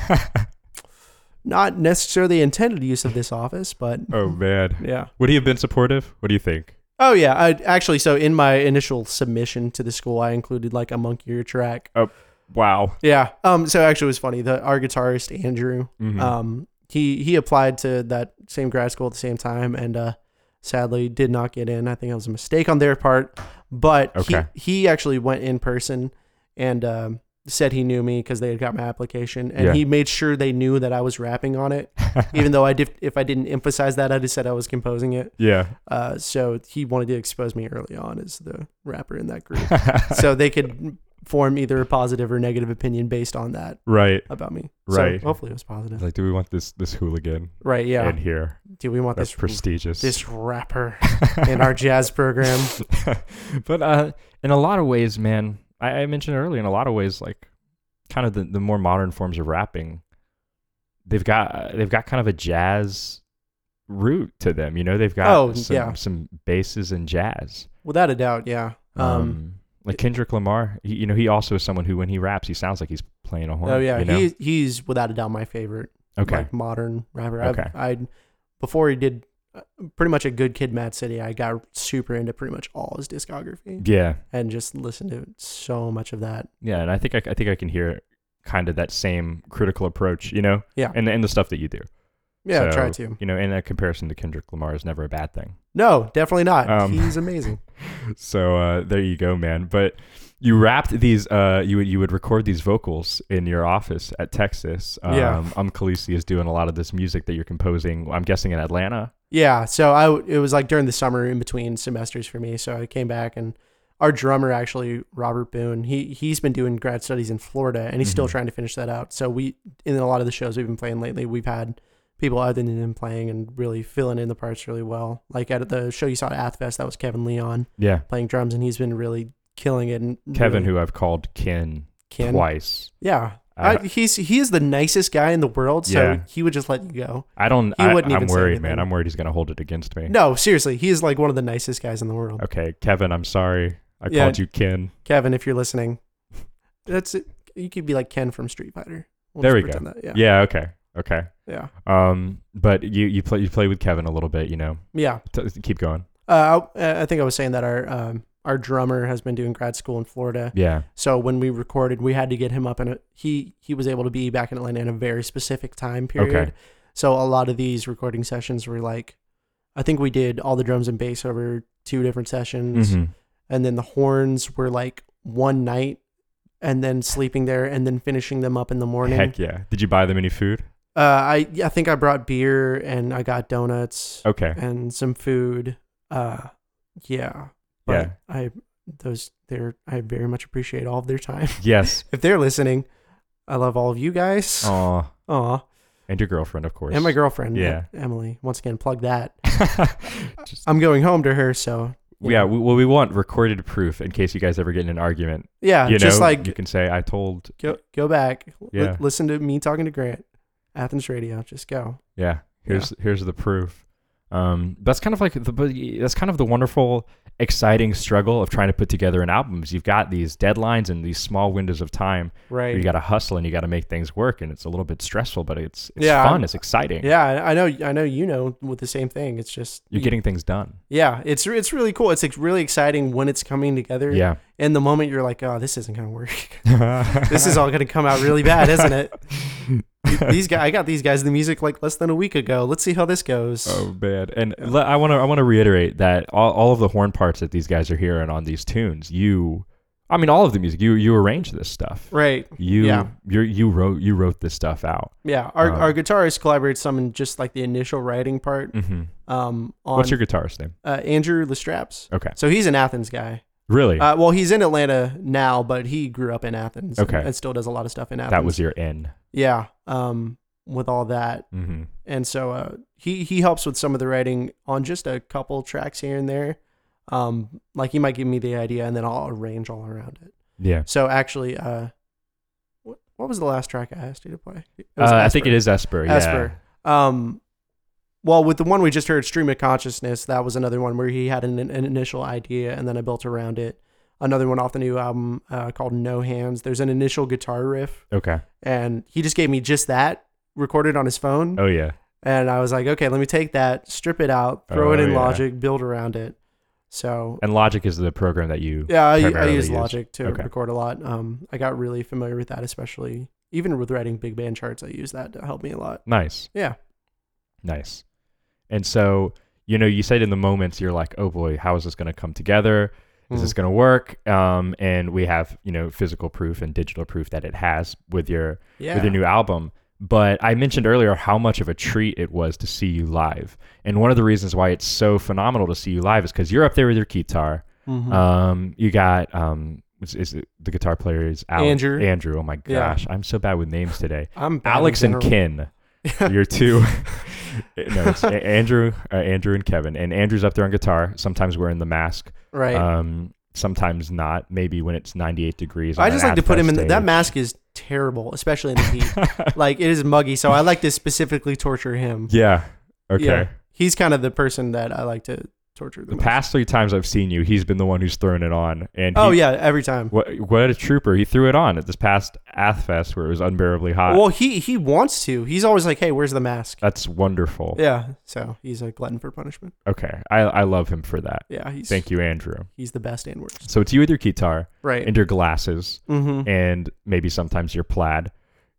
B: not necessarily intended use of this office but
E: oh man,
B: yeah
E: would he have been supportive? What do you think?
B: oh yeah i actually so in my initial submission to the school i included like a monkey ear track
E: Wow.
B: yeah um so actually it was funny the our guitarist andrew
E: Mhm.
B: um he he applied to that same grad school at the same time and uh sadly did not get in i think it was a mistake on their part but
E: Okay.
B: he he actually went in person and um said he knew me because they had got my application and
E: Yeah.
B: he made sure they knew that i was rapping on it even though i did if i didn't emphasize that i just said i was composing it
E: yeah.
B: uh so he wanted to expose me early on as the rapper in that group so they could form either a positive or negative opinion based on that
E: Right.
B: about me
E: Right.
B: so hopefully it was positive
E: Like, do we want this this hooligan
B: Right, yeah.
E: in here?
B: Do we want
E: That's
B: this
E: prestigious.
B: this rapper in our jazz program?
A: but uh, in a lot of ways, man, I, I mentioned earlier, in a lot of ways, like kind of the, the more modern forms of rapping, they've got uh, they've got kind of a jazz root to them. You know, they've got
B: Oh,
A: some,
B: yeah.
A: some basses and jazz.
B: Without a doubt, yeah.
A: Um,
B: Um,
A: like Kendrick Lamar, he, you know, he also is someone who, when he raps, he sounds like he's playing a horn.
B: oh yeah,
A: you know?
B: he's he's without a doubt my favorite
A: okay,
B: like modern rapper.
A: Okay.
B: I've, I before he did uh, pretty much a good kid, Mad City. I got super into pretty much all his discography
A: Yeah,
B: and just listened to so much of that.
A: yeah, and I think I, I think I can hear kind of that same critical approach, you know.
B: Yeah.
A: and and the stuff that you do.
B: Yeah,
A: So,
B: try to.
A: You know, and a comparison to Kendrick Lamar is never a bad thing.
B: No, definitely not.
A: Um,
B: He's amazing.
A: So uh, there you go, man. But you wrapped these. Uh, you would- you would record these vocals in your office at Texas. Um,
B: Yeah.
A: Um Khaleesi is doing a lot of this music that you're composing. I'm guessing in Atlanta.
B: Yeah, so I w- it was like during the summer in between semesters for me. So I came back and our drummer actually Robert Boone, he he's been doing grad studies in Florida and he's
A: Mm-hmm.
B: still trying to finish that out. So we in a lot of the shows we've been playing lately, we've had people other than him playing and really filling in the parts really well. Like at the show you saw at Athfest, that was Kevin Leon
A: Yeah,
B: playing drums and he's been really killing it. And
A: Kevin,
B: really
A: who I've called Ken,
B: Ken.
A: twice.
B: yeah.
A: I-
B: I, he's he is the nicest guy in the world, so
A: Yeah.
B: he would just let you go.
A: I don't.
B: He
A: I,
B: wouldn't
A: I'm
B: even say
A: worried, man.
B: anything.
A: I'm worried he's gonna hold it against me.
B: No, seriously, he is like one of the nicest guys in the world.
A: Okay, Kevin, I'm sorry. I
B: Yeah.
A: called you Ken.
B: Kevin, if you're listening, that's it. You could be like Ken from Street Fighter. We'll
A: There
B: just
A: we go.
B: pretend
A: Yeah.
B: That. Yeah.
A: okay. Okay.
B: Yeah.
A: Um, but you you play you play with Kevin a little bit. You know,
B: Yeah.
A: T- keep going.
B: Uh, I, I think I was saying that our um, our drummer has been doing grad school in Florida.
A: Yeah.
B: So when we recorded, we had to get him up in a he he was able to be back in Atlanta in a very specific time period.
A: Okay.
B: So a lot of these recording sessions were like, I think we did all the drums and bass over two different sessions,
A: hmm
B: and then the horns were like one night, and then sleeping there, and then finishing them up in the morning.
A: Heck yeah. Did you buy them any food?
B: Uh, I I think I brought beer and I got donuts
A: Okay.
B: and some food. Uh, yeah, but
A: Yeah.
B: I those they're I very much appreciate all of their time.
A: Yes.
B: if they're listening, I love all of you guys. Aw.
A: Aw. And your girlfriend, of Oh, course.
B: and my girlfriend,
A: Yeah.
B: Emily. Once again, plug that.
A: Just-
B: I'm going home to her, so
A: yeah. We, well, we want recorded proof in case you guys ever get in an argument.
B: yeah,
A: You
B: Uh, just
A: know,
B: like
A: you can say, "I told."
B: go go back, li-
A: Yeah.
B: listen to me talking to Grant, Athens Radio. Just go.
A: Yeah. Here's here's the proof. Um, that's kind of like the but that's kind of the wonderful, exciting struggle of trying to put together an album. is You've got these deadlines and these small windows of time.
B: Right.
A: You got to hustle and you got to make things work, and it's a little bit stressful, but it's it's
B: Yeah,
A: fun.
B: I'm-
A: it's exciting.
B: Yeah, I I know. I know you know with the same thing. It's just
A: You're getting things done.
B: Yeah, it's it's really cool. It's like really exciting when it's coming together.
A: Yeah.
B: And the moment you're like, oh, this isn't gonna work. this is all gonna come out really bad, isn't it? these guys, I got these guys the music like less than a week ago. Let's see how this goes.
A: Oh man! And le- I want to I want to reiterate that all, all of the horn parts that these guys are hearing on these tunes, you, I mean, all of the music, you you arrange this stuff.
B: Right.
A: You
B: Yeah.
A: you you wrote you wrote this stuff out.
B: Yeah. Our
A: Um,
B: our guitarist collaborates some in just like the initial writing part.
A: Mm-hmm.
B: Um. On
A: What's your guitarist name?
B: uh, Andrew Lestraps.
A: Okay,
B: So he's an Athens guy.
A: really?
B: Uh, well, he's in Atlanta now, but he grew up in Athens.
A: Okay.
B: And still does a lot of stuff in Athens.
A: that was your N.
B: yeah. Um. With all that,
A: Mm-hmm.
B: and so uh, he he helps with some of the writing on just a couple tracks here and there. Um, like he might give me the idea, and then I'll arrange all around it.
A: Yeah,
B: So actually, uh, what what was the last track I asked you to play? It
A: uh,
B: was
A: I think it
B: Asper.
A: is Esper. Yeah.
B: Esper. Um, well, with the one we just heard, Stream of Consciousness, that was another one where he had an, an initial idea and then I built around it. Another one off the new album uh, called No Hands. There's an initial guitar riff,
A: Okay.
B: and he just gave me just that recorded on his phone.
A: Oh yeah.
B: And I was like, okay, let me take that, strip it out, throw it
A: Oh,
B: in
A: yeah.
B: Logic, build around it. So
A: And Logic is the program that you.
B: yeah, I, I
A: primarily
B: use
A: used.
B: Logic to
A: Okay.
B: record a lot. Um, I got really familiar with that, especially even with writing big band charts. I use that to help me a lot.
A: Nice.
B: Yeah,
A: Nice. And so, you know, you said in the moments you're like, oh boy, how is this going to come together? Is
B: Mm-hmm.
A: this going to work? Um, and we have, you know, physical proof and digital proof that it has with your
B: yeah,
A: with your new album. But I mentioned earlier how much of a treat it was to see you live. And one of the reasons why it's so phenomenal to see you live is because you're up there with your guitar.
B: Mhm.
A: Um, you got um, is, is it, the guitar player is Alex,
B: Andrew.
A: Andrew. Oh my
B: Yeah.
A: gosh, I'm so bad with names today.
B: I'm bad in
A: Alex and
B: general.
A: Ken. You're two. no, it's A- Andrew, uh, Andrew and Kevin, and Andrew's up there on guitar. Sometimes wearing the mask,
B: Right.
A: um, sometimes not. Maybe when it's 98 degrees.
B: I
A: on
B: just
A: an
B: like to put
A: Adfest
B: him in the,
A: stage.
B: that mask is terrible, especially in the heat. like it is muggy, so I like to specifically torture him.
A: Yeah. Okay.
B: He's kind of the person that I like to torture the,
A: The
B: most.
A: past three times I've seen you, he's been the one who's thrown it on. And
B: Oh
A: he-
B: yeah, every time.
A: what, what a trooper! He threw it on at this past Athfest where it was unbearably hot.
B: Well, he he wants to. He's always like, "Hey, where's the mask?"
A: That's wonderful.
B: Yeah, so he's a glutton for punishment.
A: Okay, I, I love him for that.
B: Yeah, he's
A: Thank you, Andrew.
B: he's the best and worst.
A: So it's you with your guitar
B: Right.
A: and your glasses
B: mm-hmm.
A: and maybe sometimes your plaid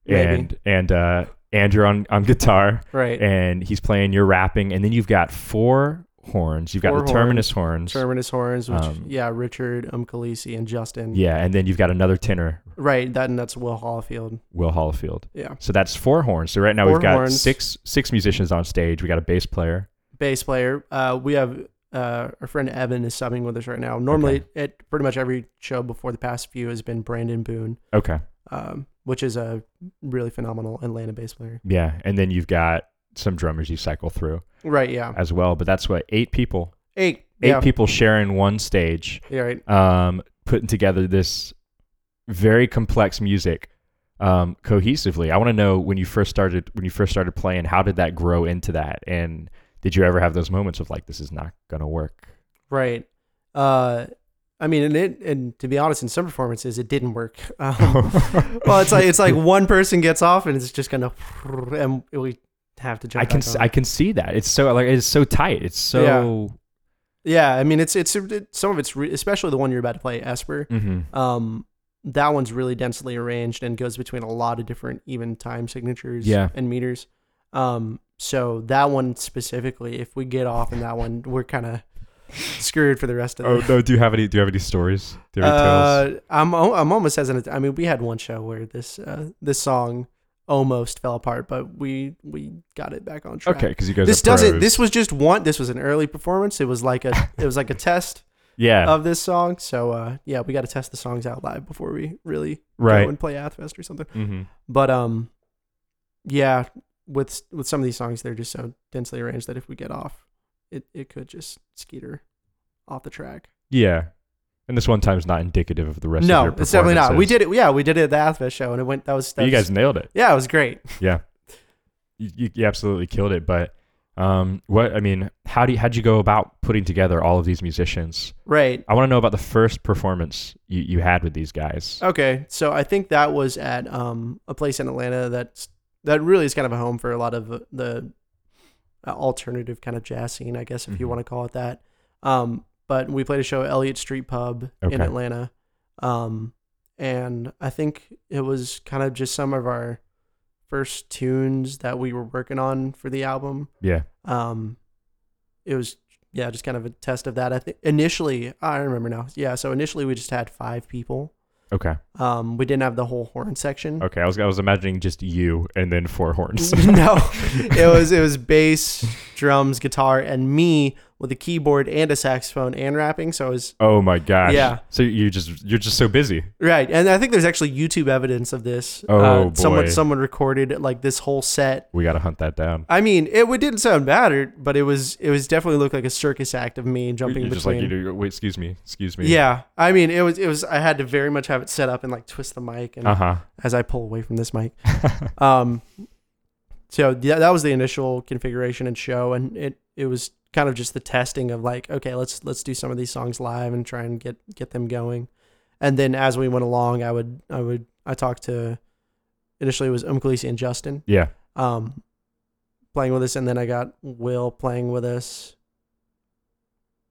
B: Maybe.
A: and and uh, Andrew on on guitar
B: Right.
A: and he's playing. You're rapping, and then you've got four horns. You've got
B: Four
A: the terminus horns.
B: Terminus horns, which
A: Um,
B: yeah, Richard, Um Khaleesi, and Justin.
A: Yeah, and then you've got another tenor,
B: Right. That and that's Will Hollifield.
A: Will Hollifield.
B: Yeah.
A: So that's four horns. So right now we
B: Four
A: we've got
B: horns.
A: six six musicians on stage. We got a bass player.
B: Bass player. Uh, we have uh, our friend Evan is subbing with us right now. Normally, at pretty much every show before the past few has been Brandon Boone,
A: Okay.
B: um, which is a really phenomenal Atlanta bass player.
A: Yeah, and then you've got some drummers you cycle through
B: Right. Yeah.
A: as well. But that's what eight people,
B: Eight.
A: eight
B: yeah.
A: people sharing one stage,
B: Yeah. Right.
A: um, putting together this very complex music um, cohesively. I want to know when you first started when you first started playing. How did that grow into that? And did you ever have those moments of like, this is not gonna work?
B: Right. Uh, I mean, and it and to be honest, in some performances, it didn't work. Um, well, it's like it's like one person gets off, and it's just gonna, and we have to jump.
A: I can
B: back
A: s-
B: on.
A: I can see that. It's so like it's so tight. It's so
B: Yeah, I mean, it's it's it, some of it's re- especially the one you're about to play, Esper.
A: Mhm.
B: Um, that one's really densely arranged and goes between a lot of different even time signatures
A: Yeah.
B: and meters. Um, so that one specifically, if we get off in that one, we're kind of screwed for the rest of the.
A: Oh no! Do you have any? Do you have any stories? Do you have any tales?
B: Uh, I'm al- I'm almost hesitant. I mean, we had one show where this uh, this song almost fell apart, but we we got it back on track.
A: Okay, because you guys.
B: This
A: are pros.
B: doesn't. This was just one. This was an early performance. It was like a. It was like a test
A: Yeah.
B: of this song. So uh, yeah, we got to test the songs out live before we really
A: Right.
B: go and play Athfest or something.
A: mm-hmm.
B: But um, yeah, with with some of these songs, they're just so densely arranged that if we get off, it it could just skeeter off the track.
A: Yeah. And this one time's not indicative of the rest. of
B: no,
A: your
B: it's definitely not. We
A: performances.
B: did it. Yeah, we did it at the Athfest show, and it went. That was. That
A: You
B: was-
A: guys nailed it.
B: Yeah, it was great.
A: Yeah. You, you, you absolutely killed it. But um, what I mean, how do you, how'd you go about putting together all of these musicians?
B: Right.
A: I want to know about the first performance you, you had with these guys.
B: Okay, so I think that was at um, a place in Atlanta that's that really is kind of a home for a lot of the uh, alternative kind of jazz scene, I guess, if you
A: Mhm.
B: want to call it that. Um, but we played a show at Elliott Street Pub in
A: Okay.
B: Atlanta, um, and I think it was kind of just some of our first tunes that we were working on for the album.
A: Yeah.
B: Um, it was yeah, just kind of a test of that. I think initially, I remember now. Yeah, so initially we just had five people.
A: Okay.
B: Um, we didn't have the whole horn section.
A: Okay. I was I was imagining just you and then four horns.
B: no, it was it was bass, drums, guitar, and me with a keyboard and a saxophone and rapping. So it was
A: oh my gosh.
B: Yeah.
A: So you just you're just so busy.
B: right, and I think there's actually YouTube evidence of this. Uh,
A: Oh,
B: someone
A: boy.
B: someone recorded like this whole set.
A: We got to hunt that down.
B: I mean, it, it didn't sound bad, or- but it was it was definitely looked like a circus act of me Uh, jumping
A: You're
B: between.
A: just like you do. Wait, excuse me, excuse me.
B: yeah, I mean, it was it was. I had to very much have it set up and like twist the mic and
A: Uh huh.
B: as I pull away from this mic. um, so yeah, that was the initial configuration and show, and it it was kind of just the testing of like, okay, let's let's do some of these songs live and try and get get them going. And then as we went along, I would I would I talked to initially it was Um Khaleesi and Justin
A: Yeah.
B: um playing with us, and then I got Will playing with us.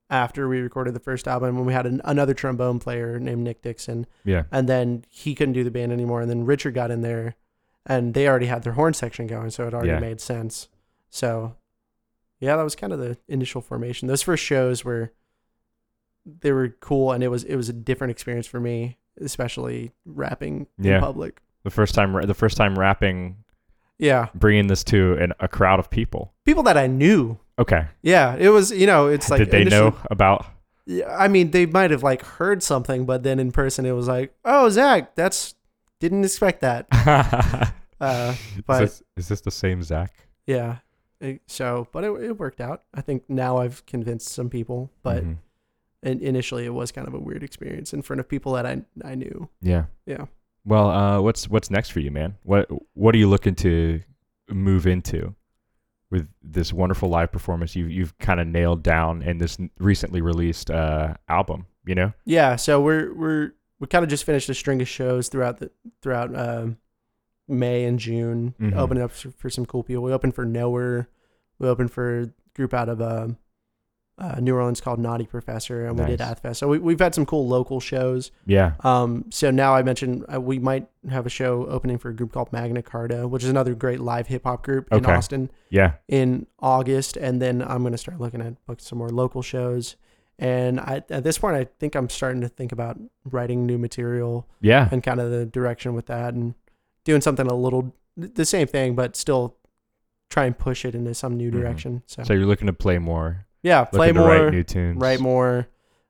B: After we recorded the first album, when we had an, another trombone player named Nick Dixon,
A: Yeah.
B: and then he couldn't do the band anymore and then richard got in there and they already had their horn section going so it already
A: Yeah.
B: made sense so yeah that was kind of the initial formation those first shows were they were cool and it was it was a different experience for me especially rapping
A: Yeah.
B: in public
A: The first time, the first time rapping,
B: yeah
A: bringing this to an, a crowd of people.
B: people that i knew
A: Okay.
B: yeah it was you know it's like
A: Did they
B: initially-
A: know about?
B: Yeah, I mean, they might have like heard something, but then in person it was like, "Oh, Zach, that's didn't expect that." Uh, but
A: is, this, is this the same Zach?
B: Yeah. It- So, but it, it worked out. I think now I've convinced some people, but
A: Mhm.
B: in, initially it was kind of a weird experience in front of people that I I knew.
A: yeah.
B: Yeah.
A: Well, uh, what's what's next for you, man? What what are you looking to move into? with this wonderful live performance you you've kind of nailed down in this n- recently released uh, album. You know,
B: Yeah, so we're we're we kind of just finished a string of shows throughout the throughout um, May and June.
A: Mhm.
B: Opening up for, for some cool people. We opened for Nowhere. We opened for a group out of um, uh, New Orleans called Naughty Professor, and we did
A: Nice.
B: Athfest. So we, we've had some cool local shows.
A: yeah,
B: Um, so now I mentioned uh, we might have a show opening for a group called Magna Carta, which is another great live hip hop group in
A: Okay.
B: Austin
A: yeah,
B: in August, and then I'm going to start looking at like some more local shows. And I, at this point, I think I'm starting to think about writing new material
A: yeah,
B: and kind of the direction with that, and doing something a little the same thing, but still try and push it into some new
A: Mhm.
B: direction. So,
A: So you're looking to play more,
B: yeah, play
A: looking to
B: more,
A: write new tunes,
B: write more.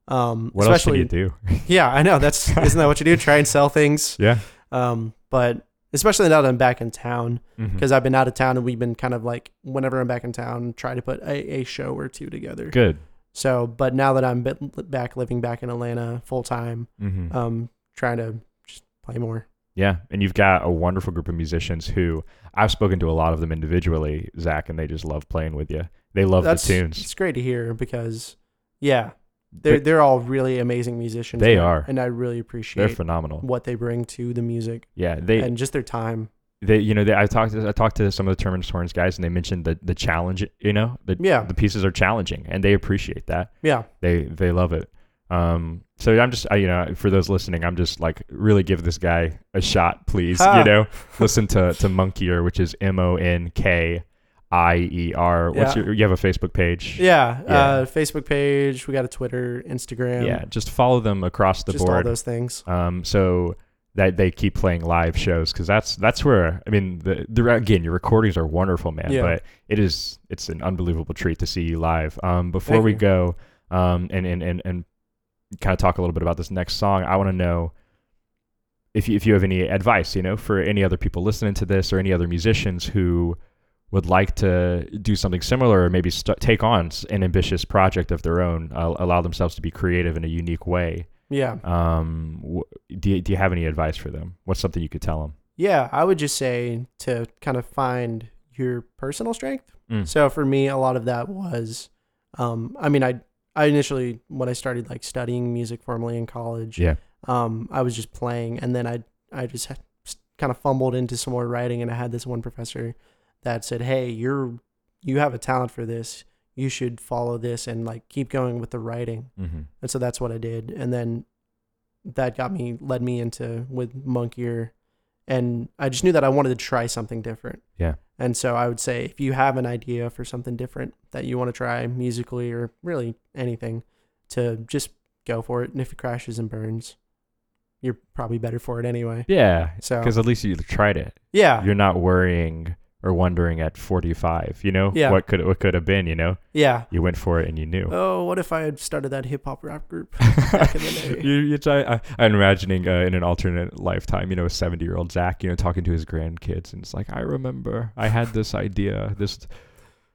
B: Um,
A: What else can
B: especially,
A: you do?
B: yeah, I know that's isn't that what you do? Try and sell things.
A: Yeah,
B: Um, but especially now that I'm back in town,
A: Mhm.
B: because I've been out of town and we've been kind of like whenever I'm back in town, try to put a, a show or two together.
A: good.
B: So, but now that I'm bit, back living back in Atlanta full time,
A: hmm
B: um, trying to just play more.
A: Yeah, and you've got a wonderful group of musicians who I've spoken to a lot of them individually, Zach, and they just love playing with you. They love
B: That's
A: the tunes.
B: It's great to hear because, yeah, they're
A: They-
B: they're all really amazing musicians.
A: They
B: and I-
A: are.
B: and I really
A: They're
B: appreciate
A: phenomenal.
B: what they bring to the music
A: Yeah, they
B: and just their time.
A: they you know they, I talked to, I talked to some of the Terminus Horns guys and they mentioned the the challenge you know the
B: Yeah.
A: the pieces are challenging and they appreciate that
B: Yeah,
A: they they love it um so I'm just I, you know for those listening I'm just like really give this guy a shot please
B: Ha.
A: you know listen to to Monkier which is M O N K I E R what's
B: Yeah.
A: your you have a Facebook page
B: yeah.
A: Yeah.
B: Uh, Facebook page. We got a Twitter, Instagram.
A: yeah just follow them across the
B: just all
A: board
B: those things.
A: um, so that they keep playing live shows because that's that's where I mean the, the again your recordings are wonderful man
B: Yeah.
A: but it is it's an unbelievable treat to see you live um, before
B: Thank
A: we
B: you.
A: go um, and and and, and kind of talk a little bit about this next song I want to know if you, if you have any advice you know for any other people listening to this or any other musicians who would like to do something similar or maybe st- take on s- an ambitious project of their own uh, allow themselves to be creative in a unique way
B: Yeah.
A: um wh- do you, do you have any advice for them what's something you could tell them
B: Yeah, I would just say to kind of find your personal strength.
A: Mm.
B: So for me, a lot of that was, um, I mean, I I initially when I started like studying music formally in college,
A: Yeah.
B: um, I was just playing, and then I I just had, just kind of fumbled into some more writing, and I had this one professor that said, "Hey, you're you have a talent for this. You should follow this and like keep going with the writing."
A: mm-hmm.
B: And so that's what I did. And then that got me, led me into with Monk Ear. And I just knew that I wanted to try something different.
A: Yeah.
B: And so I would say if you have an idea for something different that you want to try musically or really anything, to just go for it. And if it crashes and burns, you're probably better for it anyway.
A: yeah
B: So,
A: because at least you tried it
B: yeah.
A: you're not worrying or wondering at 45 you know
B: Yeah.
A: what could what could have been you know
B: Yeah.
A: you went for it and you knew
B: Oh, what if I had started that hip hop rap group back in the day?
A: you, you try, I, I'm imagining uh, in an alternate lifetime, you know, a 70 year old Zach, you know, talking to his grandkids, and it's like, I remember I had this idea. This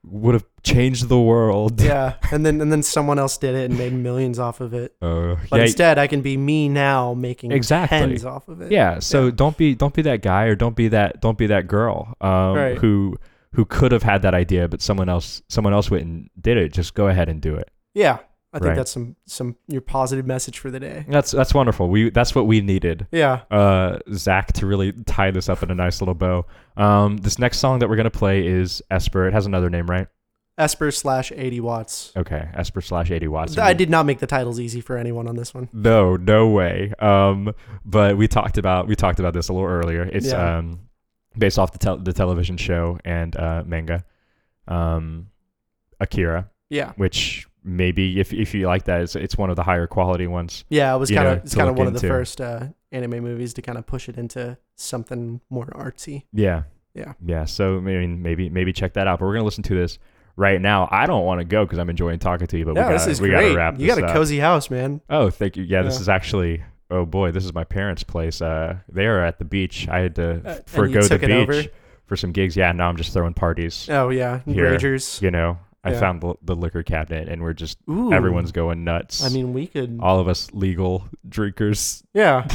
A: would have changed the world.
B: Yeah. And then and then someone else did it and made millions off of it.
A: Uh,
B: But
A: yeah,
B: instead, I can be me now, making
A: Exactly.
B: tens off of it.
A: yeah so don't be don't be that guy or don't be that don't be that girl um,
B: Right.
A: who who could have had that idea but someone else someone else went and did it just go ahead and do it
B: yeah. I think
A: Right.
B: that's some some your positive message for the day.
A: that's that's wonderful we that's what we needed
B: Yeah,
A: uh zach to really tie this up in a nice little bow um this next song that we're gonna play is esper it has another name right
B: Esper slash eighty watts.
A: okay esper slash 80 watts
B: I did not make the titles easy for anyone on this one.
A: No, no way. Um, but we talked about we talked about this a little earlier. It's
B: Yeah.
A: um, based off the tel- the television show and uh, manga, um, Akira,
B: Yeah,
A: which maybe if if you like that, it's, it's one of the higher quality ones.
B: yeah. It was
A: You
B: kind
A: know,
B: of it's
A: to
B: kind of
A: look
B: one of the
A: into.
B: first uh, anime movies to kind of push it into something more artsy.
A: Yeah.
B: Yeah.
A: Yeah. So I mean, maybe maybe check that out. But we're gonna listen to this right now. I don't want to go because I'm enjoying talking to you. But
B: no,
A: we gotta,
B: this is
A: we
B: great.
A: gotta wrap.
B: you got
A: this
B: a
A: up.
B: cozy house, man.
A: Oh, thank you. Yeah, this
B: Yeah.
A: is actually. Oh boy, this is my parents' place. Uh, they are at the beach. I had to
B: Uh, and
A: forego
B: you
A: the
B: took it over?
A: beach for some gigs. Yeah, now I'm just throwing parties.
B: Oh yeah,
A: Here.
B: Ragers.
A: You know, I
B: Yeah.
A: found the, the liquor cabinet, and we're just
B: Ooh,
A: everyone's going nuts.
B: I mean, we could.
A: all of us legal drinkers.
B: Yeah,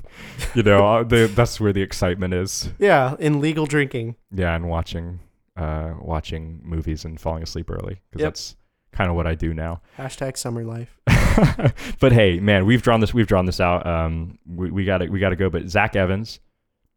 A: You know, all the, that's where the excitement is.
B: yeah. In legal drinking.
A: Yeah, and watching uh, watching movies and falling asleep early because
B: Yep.
A: that's kind of what I do now.
B: Hashtag summer life.
A: but hey, man, we've drawn this. We've drawn this out. Um, we, we got to We got to go. But Zach Evans,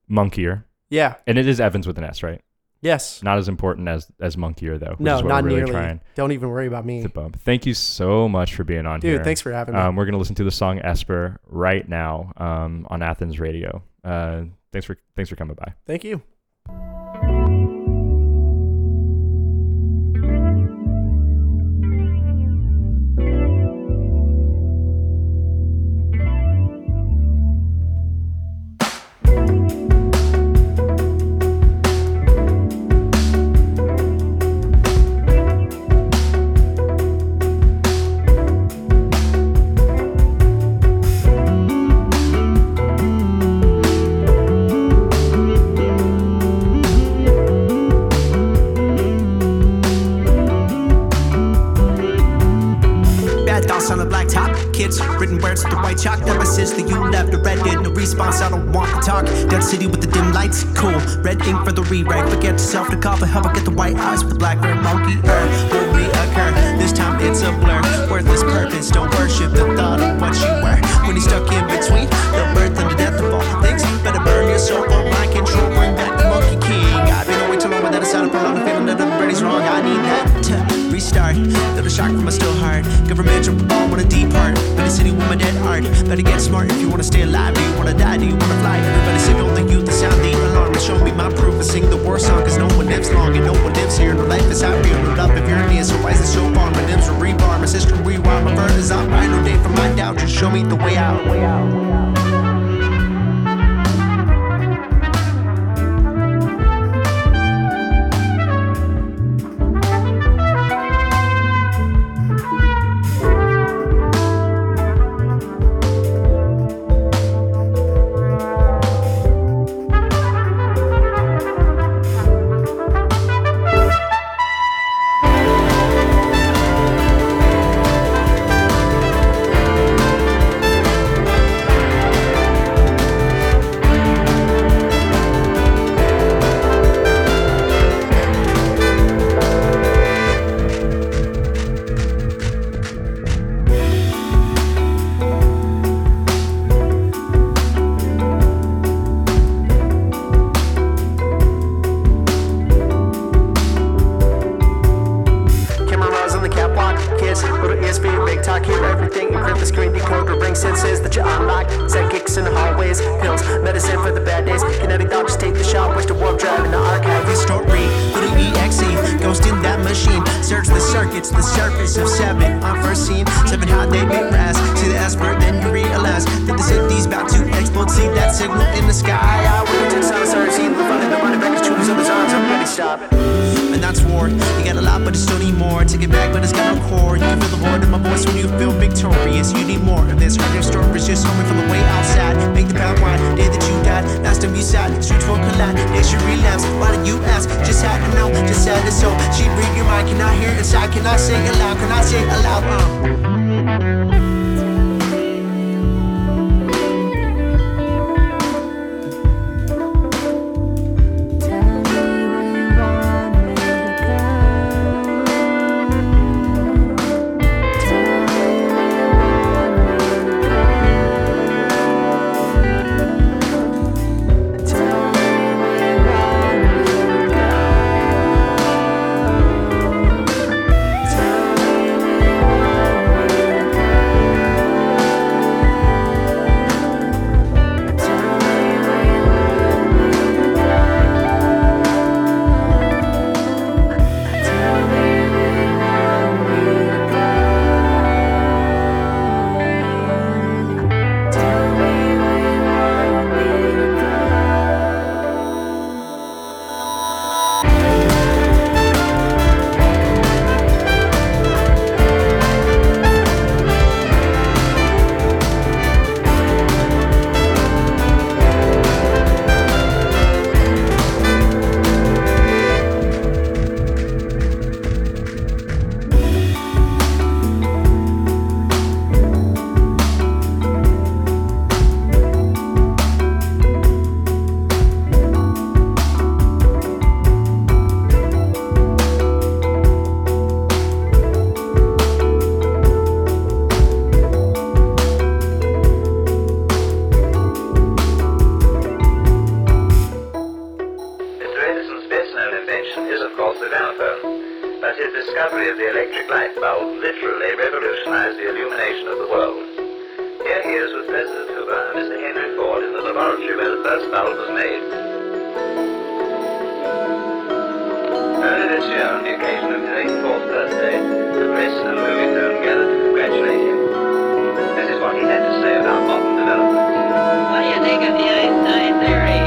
A: Monkier,
B: Yeah.
A: and it is Evans with an S, right?
B: Yes.
A: Not as important as as Monkier though. Which
B: No,
A: is what
B: not
A: we're really
B: nearly.
A: Trying
B: Don't even worry about me.
A: to bump. Thank you so much for being on
B: Dude,
A: here,
B: thanks for having me.
A: Um, we're gonna listen to the song Esper right now um, on Athens Radio. Uh, thanks for thanks for coming by.
B: Thank you.
C: Bad thoughts on the black top. Kids, written words with the white chalk. Never since the you left the red in no response. I don't want to talk. Dead city with the dim lights. Cool. Red ink for the rewrite. Forget yourself to cover. Help I get the white eyes with the black red monkey. Earth will reoccur. This time it's a blur. Worthless purpose. Don't worship the thought of what you were. When you're stuck in between the birth and the death of all things. Better burn yourself on my control. Bring back the monkey king. I've been away too long without a sound of prolonged feeling that the brain is wrong. I need that to restart. Feel the shock from my still heart. Government triple bomb on a deep heart. Been a city with my dead art. Better get smart if you wanna stay alive. Do you wanna die? Do you wanna fly? Everybody signal the youth, the sound, the alarm. And show me my proof and sing the war song. Cause no one lives long and no one lives here. No life is happier. No love if you're near. So why is it so far? My limbs are rebar. My sister rewired. My bird is on fire. No day for my doubt. Just show me the way out. Way out. Way out. Camera rolls on the catwalk. Kids, little ESP, big talk. Hear everything. You grip the screen decoder. Bring senses that you unlock. Set kicks in the hallways. Pills, medicine for the bad days. Kinetic thought, just take the shot. Wish the warp drive in the archive. Story, little EXE. E, Ghost in that machine. Search the circuits, the surface of seven unforeseen. Seven hot they be brass. See the aspirate, then you realize that the city's about to explode. See that signal in the sky. I will take silence. I see the fun in the money back. Choose on the arms. I'm ready. Stop and that's war. You got a lot, but you still need more. Take it back, but it's got no core. You can feel the void in my voice when you feel victorious. You need more of this. Heard your stories, just hungry for the way outside. Make the path wide. Day that you died, last time you sighed. Streets will collide. Nation relapse. Why did you ask? Just had to know. Just had to so. She read your mind. Can I hear inside? Can I say it loud? Can I say it loud? Uh.
F: Thank you
G: about you as that spell was made. Earlier this year, on the occasion of his 84th birthday, the press and movie film gathered to congratulate him. This is what he had to say about modern developments.
H: What do you think of the Einstein theory?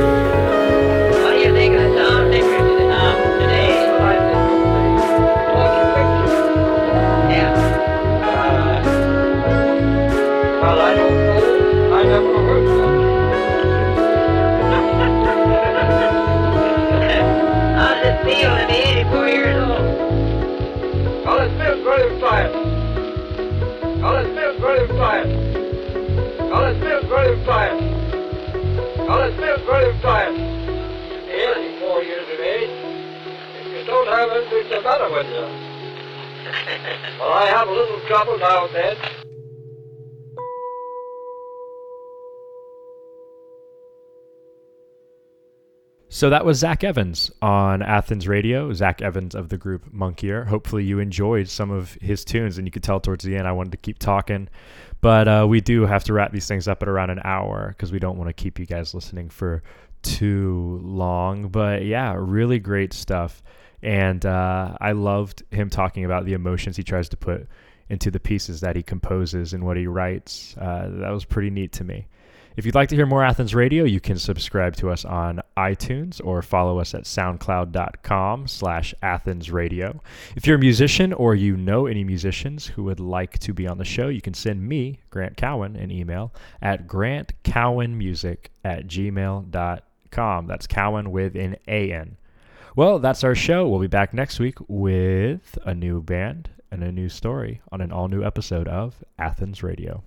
H: What do you think of the sound figures um, today? Yeah. well, I don't know. I never heard How does it feel to be 84 years old? Well, it feels very fine. Well, it feels very fine. Well, it feels very fine. Well, it feels very fine. 84 years of age. If you don't have it, what's the matter with you? well, I have a little trouble now and then.
A: So that was Zach Evans on Athens Radio, Zach Evans of the group Monk Ear. Hopefully, you enjoyed some of his tunes, and you could tell towards the end I wanted to keep talking. But uh, we do have to wrap these things up at around an hour because we don't want to keep you guys listening for too long. But yeah, really great stuff. And uh, I loved him talking about the emotions he tries to put into the pieces that he composes and what he writes. Uh, that was pretty neat to me. If you'd like to hear more Athens Radio, you can subscribe to us on iTunes or follow us at soundcloud.com slash Athens Radio. If you're a musician or you know any musicians who would like to be on the show, you can send me, Grant Cowan, an email at grantcowanmusic at gmail.com. That's Cowan with an A-N. Well, that's our show. We'll be back next week with a new band and a new story on an all-new episode of Athens Radio.